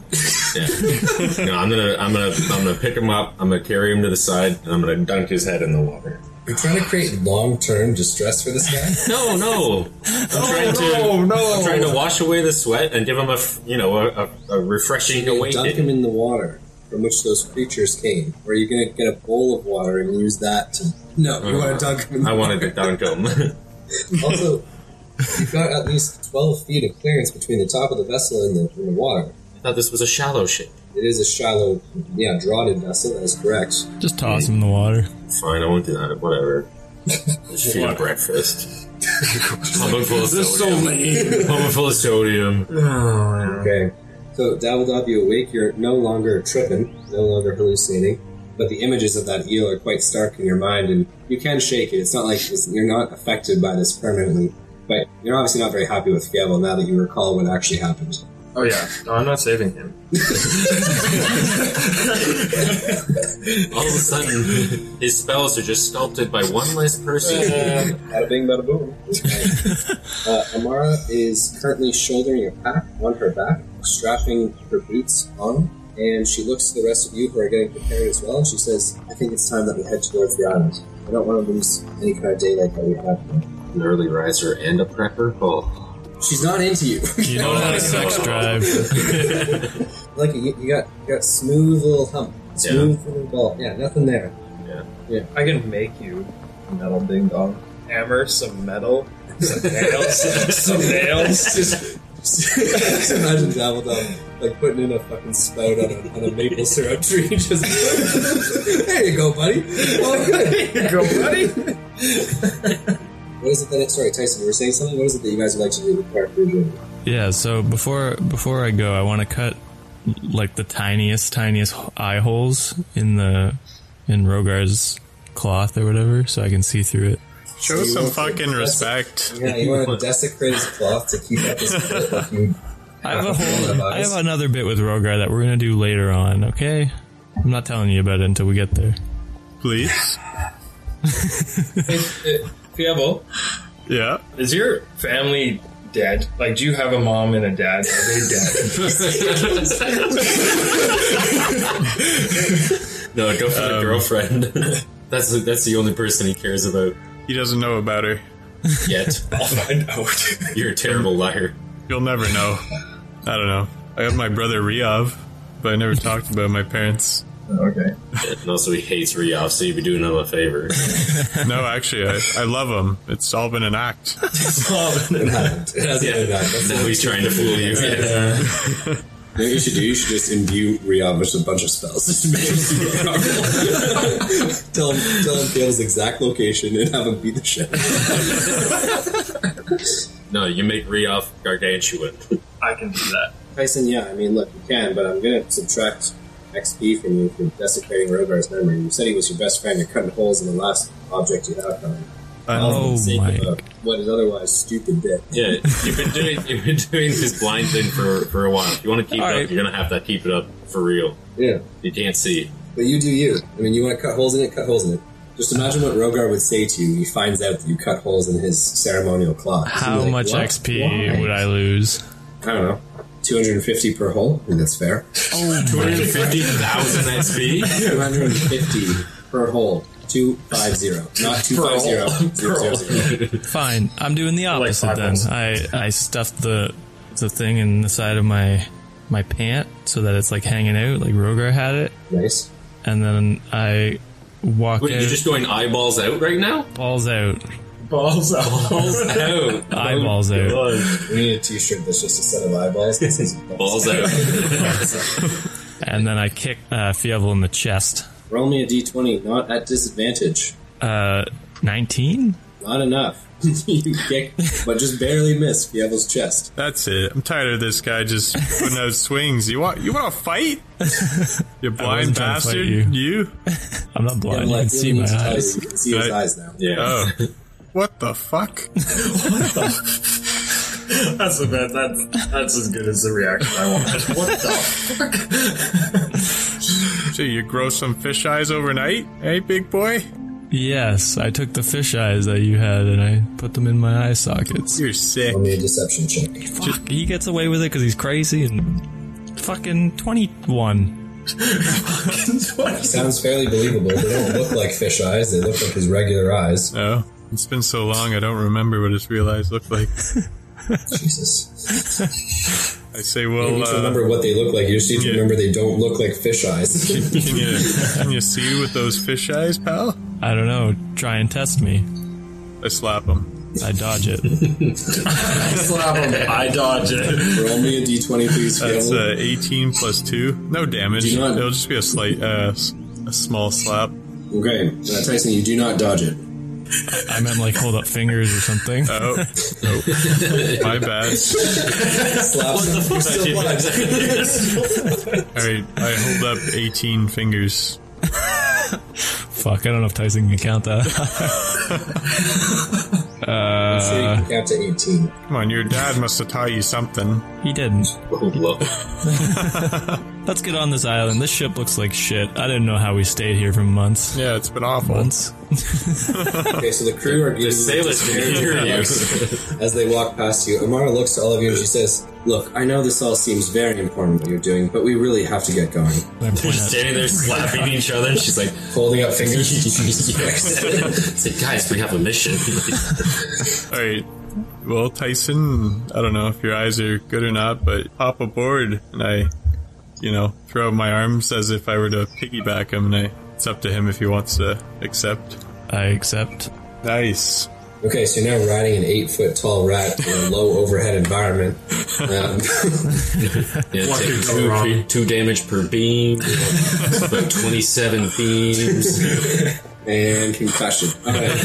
Speaker 2: yeah. yeah. No, I'm gonna, I'm gonna, I'm gonna pick him up. I'm gonna carry him to the side, and I'm gonna dunk his head in the water.
Speaker 1: You're trying to create long term distress for this guy?
Speaker 2: No, no. I'm trying to, I'm trying to wash away the sweat and give him a, f- you know, a, a, a refreshing
Speaker 1: Dunk him
Speaker 2: awakening.
Speaker 1: in the water from which those creatures came. Or are you going to get a bowl of water and use that to. No, you want to dunk him in the
Speaker 2: I wanted to dunk him.
Speaker 1: Also, you've got at least 12 feet of clearance between the top of the vessel and the, and the water.
Speaker 2: I thought this was a shallow ship.
Speaker 1: It is a shallow, yeah, draughted vessel, that is correct.
Speaker 5: Just toss him in the water.
Speaker 2: Fine, I won't do that. Whatever. Just feed him breakfast. Stomach full of sodium. Stomach full of sodium.
Speaker 1: Okay. So, Dabbledob, you awake, you're no longer tripping, no longer hallucinating, but the images of that eel are quite stark in your mind, and you can shake it. It's not like it's, you're not affected by this permanently, but you're obviously not very happy with Fievel now that you recall what actually happened.
Speaker 3: Oh yeah. No, I'm not saving him.
Speaker 2: All of a sudden, his spells are just sculpted by one less person.
Speaker 1: Bada bing, bada boom. uh, Amara is currently shouldering a pack on her back, strapping her boots on, and she looks to the rest of you who are getting prepared as well, and she says, I think it's time that we head towards the island. I don't want to lose any kind of daylight that we have here.
Speaker 2: An early riser and a prepper. Oh,
Speaker 1: She's not into you.
Speaker 5: You don't have a sex drive.
Speaker 1: like, you, you, got, you got smooth little hump. Smooth little ball. Yeah, nothing there.
Speaker 3: I can make you a metal ding dong. Hammer some metal. Some nails. some nails. Just
Speaker 1: just imagine Dabbledown like putting in a fucking spout on a, on a maple syrup tree. Just there you go, buddy. All good.
Speaker 3: here you go, buddy.
Speaker 1: What is it that? Sorry, Tyson, you were saying something. What is it that you guys would like to do with character journey?
Speaker 5: Yeah, so before before I go, I want to cut like the tiniest tiniest eye holes in the in Rogar's cloth or whatever so I can see through it.
Speaker 4: Show some fucking respect.
Speaker 1: Yeah, you want to desecrate his cloth to keep up his cult like you
Speaker 5: I have a
Speaker 1: of
Speaker 5: whole I
Speaker 1: eyes.
Speaker 5: have another bit with Rogar that we're going to do later on, okay? I'm not telling you about it until we get there.
Speaker 4: Please? uh,
Speaker 3: Fievel,
Speaker 4: Yeah.
Speaker 3: is your family dead? Like, do you have a mom and a dad? Are they dead?
Speaker 2: no, go for the girlfriend. that's the, that's the only person he cares about
Speaker 4: He doesn't know about her.
Speaker 2: yet.
Speaker 3: I'll find out.
Speaker 2: You're a terrible liar.
Speaker 4: You'll never know. I don't know. I have my brother Riav, but I never talked about my parents.
Speaker 3: okay.
Speaker 2: And also, he hates Rioff, so you'd be doing him a favor.
Speaker 4: No, actually, I, I love them. It's all been an act.
Speaker 2: yeah, now he's trying to fool you.
Speaker 1: know what you should do? You should just imbue Rian with a bunch of spells. Just make him super powerful. tell him, tell him Gale's exact location and have him beat the shit.
Speaker 2: No, you make Rioff gargantuan.
Speaker 3: I can do that.
Speaker 1: Tyson, yeah, I mean, look, you can, but I'm gonna subtract XP from you for desecrating Rogar's memory. You said he was your best friend. You're cutting holes in the last object you have from him.
Speaker 5: Oh
Speaker 1: sake
Speaker 5: my!
Speaker 1: of a- what is otherwise stupid bit.
Speaker 2: Yeah, you've been doing you've been doing this blind thing for for a while. If you want to keep it
Speaker 5: All
Speaker 2: up,
Speaker 5: right.
Speaker 2: you're gonna have to keep it up for real.
Speaker 1: Yeah.
Speaker 2: You can't see.
Speaker 1: But you do you. I mean, you want to cut holes in it, cut holes in it. Just imagine what Rogar would say to you when he finds out that you cut holes in his ceremonial clock. He'd be
Speaker 5: How
Speaker 1: like,
Speaker 5: much
Speaker 1: "What?
Speaker 5: XP
Speaker 1: Why?"
Speaker 5: would I lose?
Speaker 1: I don't know. 250 per hole? I think that's fair.
Speaker 2: Two hundred fifty thousand XP.
Speaker 1: 250 per hole. 250. Not 250. Zero, zero, zero.
Speaker 5: Fine. I'm doing the opposite then.
Speaker 3: eyeballs.
Speaker 5: I I stuffed the the thing in the side of my my pant so that it's like hanging out, like Rogar had it,
Speaker 1: Nice.
Speaker 5: and then I walk
Speaker 2: Wait,
Speaker 5: out,
Speaker 2: you're just going eyeballs out right now?
Speaker 5: balls out,
Speaker 1: Balls out.
Speaker 2: Balls out.
Speaker 1: Oh,
Speaker 5: eyeballs out.
Speaker 1: We need a t shirt that's just a set of eyeballs. This is
Speaker 2: Balls out.
Speaker 5: And then I kick uh, Fievel in the chest.
Speaker 1: Roll me a d20, not at disadvantage.
Speaker 5: Uh, 19?
Speaker 1: Not enough. you kick, but just barely miss Fievel's chest.
Speaker 4: That's it. I'm tired of this guy just putting out swings. You want you want to fight? You blind
Speaker 5: trying to fight
Speaker 4: bastard!
Speaker 5: you.
Speaker 4: You.
Speaker 5: I'm not blind. you can see my eyes.
Speaker 1: You can see his
Speaker 4: Right.
Speaker 1: eyes now.
Speaker 2: Yeah.
Speaker 4: Oh, what the fuck?
Speaker 3: That's the best. That's that's as good as the reaction I want. What the?
Speaker 4: So you grow some fish eyes overnight, hey big boy?
Speaker 5: Yes, I took the fish eyes that you had and I put them in my eye sockets.
Speaker 4: You're sick.
Speaker 1: Roll me a deception check.
Speaker 5: Fuck, he gets away with it because he's crazy and fucking 21.
Speaker 1: Sounds fairly believable. They don't look like fish eyes. They look like his regular eyes.
Speaker 4: Oh, it's been so long. I don't remember what his real eyes look like.
Speaker 1: Jesus.
Speaker 4: I say,
Speaker 1: You
Speaker 4: well,
Speaker 1: need to
Speaker 4: uh,
Speaker 1: remember what they look like. You just need to
Speaker 4: yeah.
Speaker 1: remember they don't look like fish eyes.
Speaker 4: can you can you see with those fish eyes, pal?
Speaker 5: I don't know. Try and test me.
Speaker 4: I slap him.
Speaker 5: I dodge it.
Speaker 3: I dodge it.
Speaker 1: Roll me a d20, please,
Speaker 4: That's
Speaker 1: Fievel.
Speaker 4: uh, 18 plus two. No damage.
Speaker 1: Do not-
Speaker 4: It'll just be a slight, uh, s- a small slap.
Speaker 1: Okay, uh, Tyson, you do not dodge it.
Speaker 5: I meant like hold up fingers or something.
Speaker 2: Uh.
Speaker 4: Oh, oh. my bad.
Speaker 1: Slaps him. You're still alive.
Speaker 4: All right, I hold up 18 fingers.
Speaker 5: Fuck, I don't know if Tyson can count that.
Speaker 1: So
Speaker 2: Uh,
Speaker 1: you can count to 18.
Speaker 4: Come on, your dad must have taught you something.
Speaker 5: he didn't.
Speaker 2: Oh, well.
Speaker 5: Let's get on this island. This ship looks like shit. I didn't know how we stayed here for months.
Speaker 4: Yeah, it's been awful.
Speaker 5: Months?
Speaker 1: Okay, so the crew are
Speaker 2: The
Speaker 1: giving
Speaker 2: sailors can hear you.
Speaker 1: as they walk past you. Amara looks to all of you and she says, Look, I know this all seems very important what you're doing, but we really have to get going.
Speaker 5: I point
Speaker 2: They're
Speaker 5: at-
Speaker 2: just standing there slapping each other, and she's like,
Speaker 1: Holding up fingers.
Speaker 2: "It's like, guys, we have a mission."
Speaker 4: All right. Well, Tyson, I don't know if your eyes are good or not, but hop aboard and I, you know, throw out my arms as if I were to piggyback him and I, it's up to him if he wants to accept.
Speaker 5: I accept.
Speaker 4: Nice.
Speaker 1: Okay, so you're now riding an eight foot tall rat in a low overhead environment. Um,
Speaker 2: Yeah, it's like two, three- two damage per beam, about twenty-seven beams.
Speaker 1: and concussion. All right.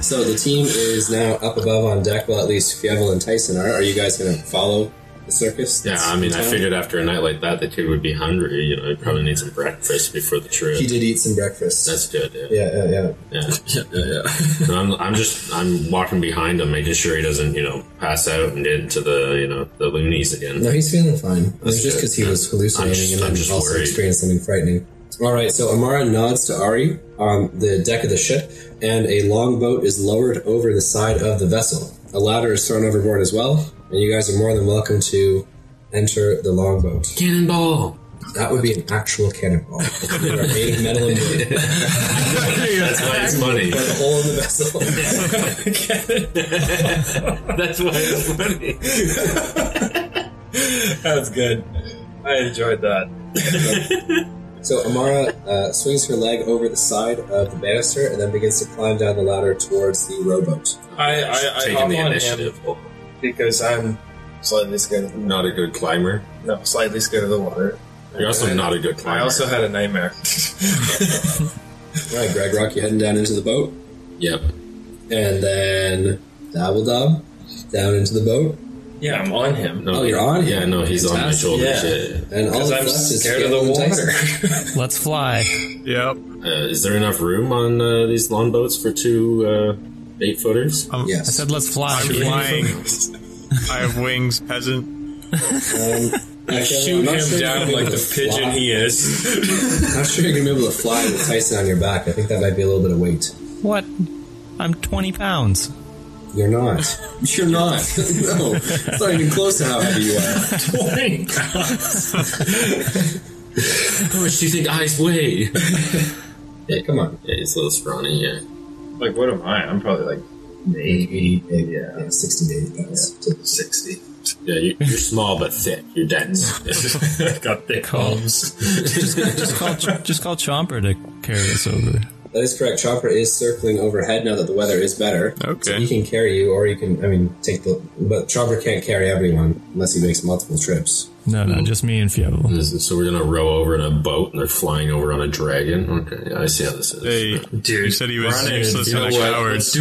Speaker 1: so the team is now up above on deck. Well, at least Fievel and Tyson are. Are you guys going to follow the circus?
Speaker 2: Yeah, I mean, I figured after a night like that, the kid would be hungry. You know, he probably needs some breakfast before the trip.
Speaker 1: He did eat some breakfast.
Speaker 2: That's good. Yeah.
Speaker 1: yeah, yeah, yeah.
Speaker 2: Yeah. So I'm, I'm just I'm walking behind him, making sure he doesn't you know pass out and get into the you know the loonies again.
Speaker 1: No, he's feeling fine. It was just
Speaker 2: good.
Speaker 1: because he was
Speaker 2: I'm
Speaker 1: hallucinating
Speaker 2: just-
Speaker 1: and then
Speaker 2: I'm just
Speaker 1: also
Speaker 2: worried.
Speaker 1: experienced something frightening. All right, so Amara nods to Ari on the deck of the ship, and a longboat is lowered over the side of the vessel. A ladder is thrown overboard as well, and you guys are more than welcome to enter the longboat.
Speaker 2: Cannonball!
Speaker 1: That would be an actual cannonball. There are eight metal and wood,
Speaker 2: That's why it's funny.
Speaker 1: a hole in the vessel.
Speaker 2: That's why it's funny.
Speaker 3: That's good. I enjoyed that.
Speaker 1: So Amara uh, swings her leg over the side of the banister and then begins to climb down the ladder towards the rowboat.
Speaker 3: I I, I
Speaker 2: Taking
Speaker 3: hop
Speaker 2: the
Speaker 3: on
Speaker 2: initiative. Oh,
Speaker 3: him because I'm slightly scared. Of
Speaker 2: Not a good climber.
Speaker 3: No, slightly scared of the water.
Speaker 2: You're also not a good climber.
Speaker 3: I also had a nightmare.
Speaker 1: All right, Greg Rock, you heading down into the boat?
Speaker 2: Yep.
Speaker 1: and then Dabbledob down into the boat.
Speaker 2: Yeah, I'm on him. No,
Speaker 1: Oh, you're on
Speaker 2: Yeah,
Speaker 1: him.
Speaker 2: no, he's on my
Speaker 1: Fantastic.
Speaker 2: shoulders.
Speaker 1: Yeah.
Speaker 2: Yeah.
Speaker 1: And all
Speaker 3: Because
Speaker 1: that's
Speaker 3: I'm
Speaker 1: left is
Speaker 3: scared of the
Speaker 1: Galen Tyson.
Speaker 3: water.
Speaker 5: Let's fly.
Speaker 4: Yep.
Speaker 2: Uh, is there enough room on uh, these lawn boats for two uh, eight footers?
Speaker 4: Um,
Speaker 5: I
Speaker 1: Yes.
Speaker 5: said let's fly.
Speaker 4: I'm
Speaker 5: Julian.
Speaker 4: flying. I have wings, peasant.
Speaker 1: I
Speaker 2: Shoot him down like the pigeon he is.
Speaker 1: I'm not sure you're gonna be able to fly with Tyson on your back. I think that might be a little bit of weight.
Speaker 5: What? I'm 20 pounds.
Speaker 1: You're not. You're not. no, it's not even close to how heavy you are.
Speaker 2: How much do you think eyes weigh?
Speaker 1: Yeah, come on.
Speaker 2: Yeah, he's a little scrawny, yeah.
Speaker 3: like, what am I? I'm probably like
Speaker 1: Maybe, maybe
Speaker 3: Yeah.
Speaker 1: yeah, 68 pounds.
Speaker 3: sixty.
Speaker 2: Yeah, you're, you're small but thick. You're dense. Got thick arms.
Speaker 5: Just call, just call Chomper to carry us over.
Speaker 1: That is correct. Chopper is circling overhead now that the weather is better.
Speaker 4: Okay.
Speaker 1: So he can carry you, or you can, I mean, take the. But Chopper can't carry everyone unless he makes multiple trips.
Speaker 5: No, no, just me and Fievel.
Speaker 2: So we're gonna row over in a boat, and they're flying over on a dragon. Okay, yeah, I see how this is.
Speaker 4: Hey, dude, you said he was useless
Speaker 2: You know
Speaker 4: and a
Speaker 2: what?
Speaker 4: coward.
Speaker 2: Let's
Speaker 4: so,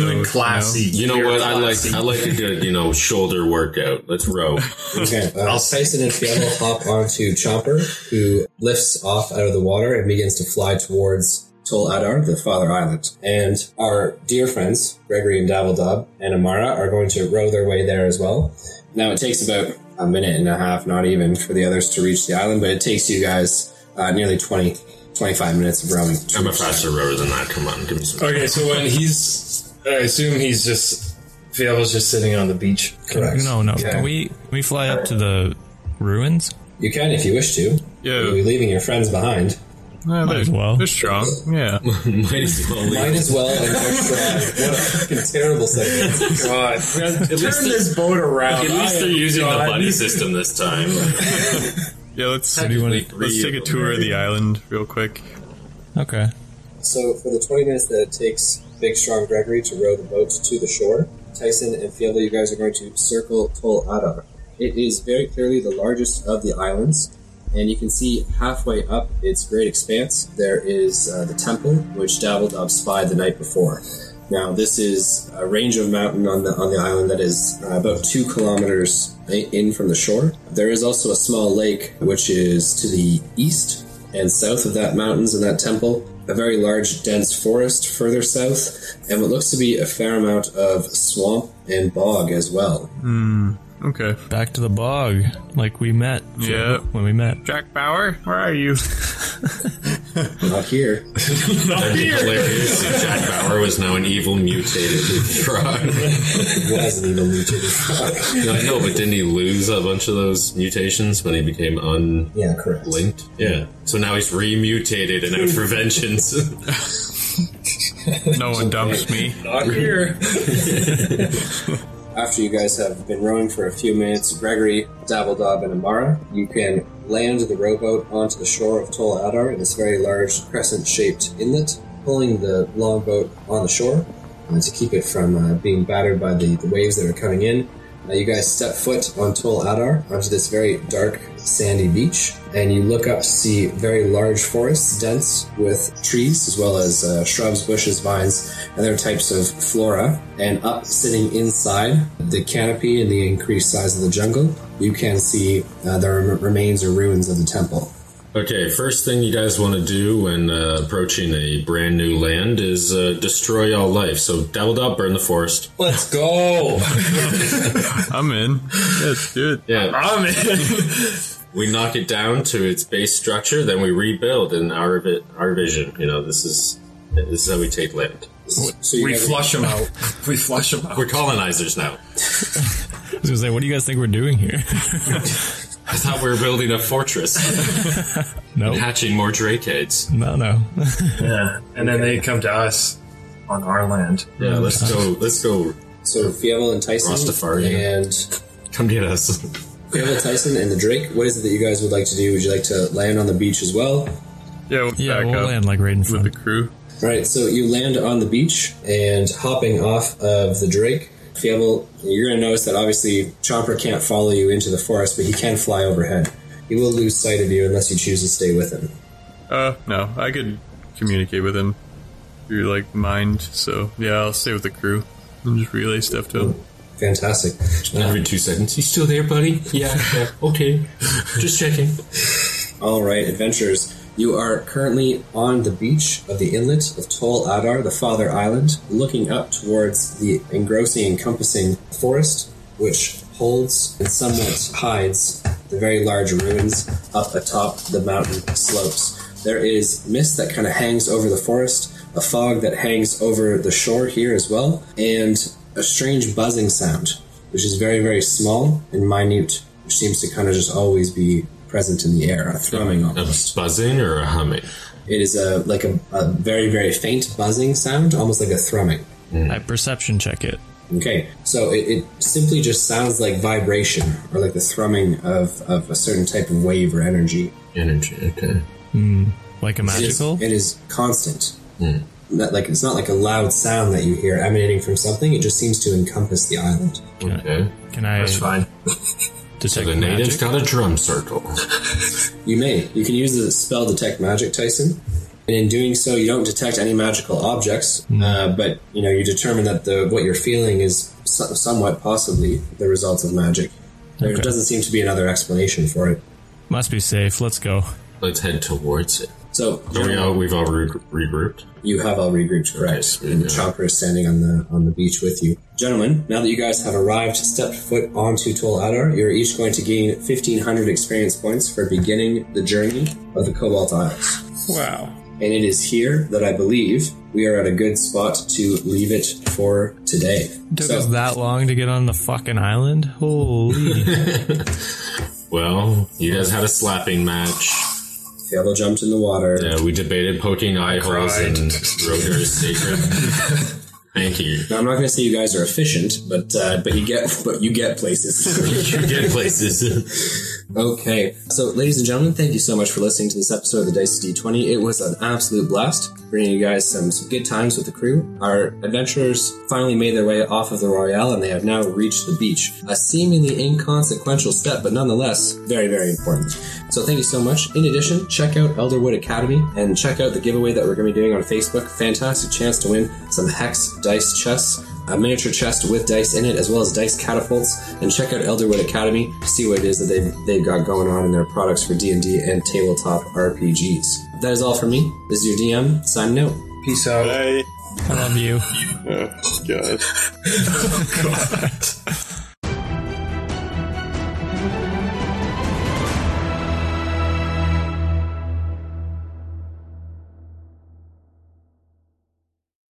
Speaker 4: you know.
Speaker 2: You know what? I like I like a good you know shoulder workout. Let's row.
Speaker 1: Okay, uh, Tyson and Fievel hop onto Chopper, who lifts off out of the water and begins to fly towards Tol Adar, the father island. And our dear friends, Gregory and Dabbledob and Amara, are going to row their way there as well. Now, it takes about a minute and a half, not even, for the others to reach the island, but it takes you guys uh, nearly 20, 25 minutes of rowing.
Speaker 2: I'm a faster rower than that. Come on, give me some.
Speaker 3: Okay, so when he's, I assume he's just Fievel's just sitting on the beach.
Speaker 1: Correct.
Speaker 5: No, no.
Speaker 3: Yeah.
Speaker 5: Can we can we fly up to the ruins?
Speaker 1: You can if you wish to. You'll be
Speaker 4: Yeah,
Speaker 1: leaving your friends behind.
Speaker 4: yeah,
Speaker 5: Might as
Speaker 4: they're-
Speaker 5: well.
Speaker 4: They're strong. Yeah.
Speaker 2: Might as well leave.
Speaker 1: Might as well. And they're What a fucking terrible segment.
Speaker 3: God, turn
Speaker 2: least
Speaker 3: this boat around.
Speaker 2: At least they're using the
Speaker 3: God.
Speaker 2: buddy system this time.
Speaker 4: Yeah. Let's
Speaker 5: do you wanna-
Speaker 4: let's take a tour of the island real quick.
Speaker 5: Okay.
Speaker 1: So for the 20 minutes that it takes Big Strong Gregory to row the boat to the shore, Tyson and Fielder, you guys are going to circle Tol Adar. It is very clearly the largest of the islands, and you can see halfway up its great expanse, there is uh, the temple, which Dabbledob spied the night before. Now, this is a range of mountain on the on the island that is uh, about two kilometers i- in from the shore. There is also a small lake which is to the east and south of that mountains and that temple. A very large, dense forest further south, and what looks to be a fair amount of swamp and bog as well.
Speaker 4: Okay.
Speaker 5: Back to the bog, like we met.
Speaker 4: Yeah.
Speaker 5: When we met.
Speaker 4: Jack Bauer, where are you?
Speaker 1: Not here.
Speaker 2: That'd be hilarious if Jack Bauer was now an evil mutated frog.
Speaker 1: It was an evil mutated frog.
Speaker 2: No, I know, but didn't he lose a bunch of those mutations when he became unlinked?
Speaker 1: Yeah, correct.
Speaker 2: Yeah. So now he's remutated and out for vengeance.
Speaker 4: No one dumps me.
Speaker 3: Not here.
Speaker 1: After you guys have been rowing for a few minutes, Gregory, Dabbledob, and Amara, you can land the rowboat onto the shore of Tol Adar in this very large crescent shaped inlet, pulling the longboat on the shore uh, to keep it from uh, being battered by the, the waves that are coming in. Uh, you guys step foot on Tol Adar onto this very dark, sandy beach, and you look up to see very large forests, dense with trees as well as uh, shrubs, bushes, vines, and other types of flora. And up, sitting inside the canopy and the increased size of the jungle, you can see uh, the rem- remains or ruins of the temple.
Speaker 2: Okay, first thing you guys want to do when uh, approaching a brand new land is uh, destroy all life. So, doubled up, burn the forest.
Speaker 3: Let's go.
Speaker 4: I'm in. Let's do it.
Speaker 2: Yeah,
Speaker 3: I'm in.
Speaker 2: we knock it down to its base structure, then we rebuild in our vi- our vision. You know, this is this is how we take land.
Speaker 1: So you
Speaker 6: We
Speaker 1: guys-
Speaker 6: flush him out. We flush him out.
Speaker 2: We're colonizers now.
Speaker 5: I was gonna say, what do you guys think we're doing here?
Speaker 2: I thought we were building a fortress,
Speaker 5: no.
Speaker 2: hatching more drakeheads.
Speaker 5: No, no.
Speaker 6: Yeah.
Speaker 3: And then they come to us.
Speaker 6: On our land.
Speaker 2: Yeah, let's go. Let's go.
Speaker 1: so Fievel and Tyson
Speaker 2: Rastafarian.
Speaker 1: and
Speaker 2: Come get us.
Speaker 1: Fievel Tyson and the Drake. What is it that you guys would like to do? Would you like to land on the beach as well?
Speaker 4: Yeah, we'll
Speaker 5: Yeah,
Speaker 4: back
Speaker 5: we'll
Speaker 4: up
Speaker 5: land like right in
Speaker 4: with
Speaker 5: front.
Speaker 4: the crew.
Speaker 1: All right, so you land on the beach and hopping off of the Drake. Fievel, you're going to notice that obviously Chomper can't follow you into the forest, but he can fly overhead. He will lose sight of you unless you choose to stay with him.
Speaker 4: Uh, no, I could communicate with him through like mind. So yeah, I'll stay with the crew and just relay stuff to him.
Speaker 1: Fantastic.
Speaker 2: Every two seconds, you still there, buddy? Yeah, yeah. Okay, just checking.
Speaker 1: All right, adventurers. You are currently on the beach of the inlet of Tol Adar, the Father Island, looking up towards the engrossing, encompassing forest, which holds and somewhat hides the very large ruins up atop the mountain slopes. There is mist that kind of hangs over the forest, a fog that hangs over the shore here as well, and a strange buzzing sound, which is very, very small and minute, which seems to kind of just always be present in the air, a thrumming
Speaker 2: A
Speaker 1: almost.
Speaker 2: buzzing or a humming?
Speaker 1: It is a like a, a very very faint buzzing sound, almost like a thrumming.
Speaker 5: I perception check it.
Speaker 1: Okay, so it, it simply just sounds like vibration or like the thrumming of, of a certain type of wave or energy.
Speaker 2: Energy. Okay.
Speaker 5: Like a
Speaker 1: It is,
Speaker 5: magical?
Speaker 1: it is constant. Not like it's not like a loud sound that you hear emanating from something. It just seems to encompass the island.
Speaker 2: Okay.
Speaker 5: Can I
Speaker 6: That's fine.
Speaker 5: detect
Speaker 2: So the natives
Speaker 5: magic?
Speaker 2: got a drum circle.
Speaker 1: You may. You can use the spell detect magic, Tyson. And in doing so, you don't detect any magical objects, uh, but you know you determine that the what you're feeling is so- somewhat possibly the results of magic. There
Speaker 5: Okay.
Speaker 1: doesn't seem to be another explanation for it.
Speaker 5: Must be safe. Let's go.
Speaker 2: Let's head towards it.
Speaker 1: So
Speaker 2: Are we all, we've all re- regrouped.
Speaker 1: you have all regrouped, correct?
Speaker 2: Okay,
Speaker 1: and
Speaker 2: yeah.
Speaker 1: Chopper is standing on the on the beach with you, gentlemen. Now that you guys have arrived, stepped foot onto Tol Adar, you're each going to gain 1,500 experience points for beginning the journey of the Cobalt Isles.
Speaker 4: Wow.
Speaker 1: And it is here that I believe we are at a good spot to leave it for today.
Speaker 5: Took
Speaker 1: So-
Speaker 5: us that long to get on the fucking island? Holy.
Speaker 2: Well, you guys had a slapping match.
Speaker 1: Theodore jumped in the water.
Speaker 2: Yeah, we debated poking eye holes
Speaker 3: cried.
Speaker 2: and Roger's secret. Thank you.
Speaker 1: Now I'm not going to say you guys are efficient, but uh, but you get but you get places.
Speaker 2: You get places.
Speaker 1: okay, so ladies and gentlemen, thank you so much for listening to this episode of the Dice D20. It was an absolute blast, bringing you guys some, some good times with the crew. Our adventurers finally made their way off of the Royale, and they have now reached the beach. A seemingly inconsequential step, but nonetheless very very important. So thank you so much. In addition, check out Elderwood Academy and check out the giveaway that we're going to be doing on Facebook. Fantastic chance to win some hex dice chests, a miniature chest with dice in it, as well as dice catapults. And check out Elderwood Academy to see what it is that they've, they've got going on in their products for D&D and tabletop RPGs. That is all for me. This is your DM, signing out.
Speaker 3: Peace out.
Speaker 4: I,
Speaker 5: I love you.
Speaker 4: oh, God.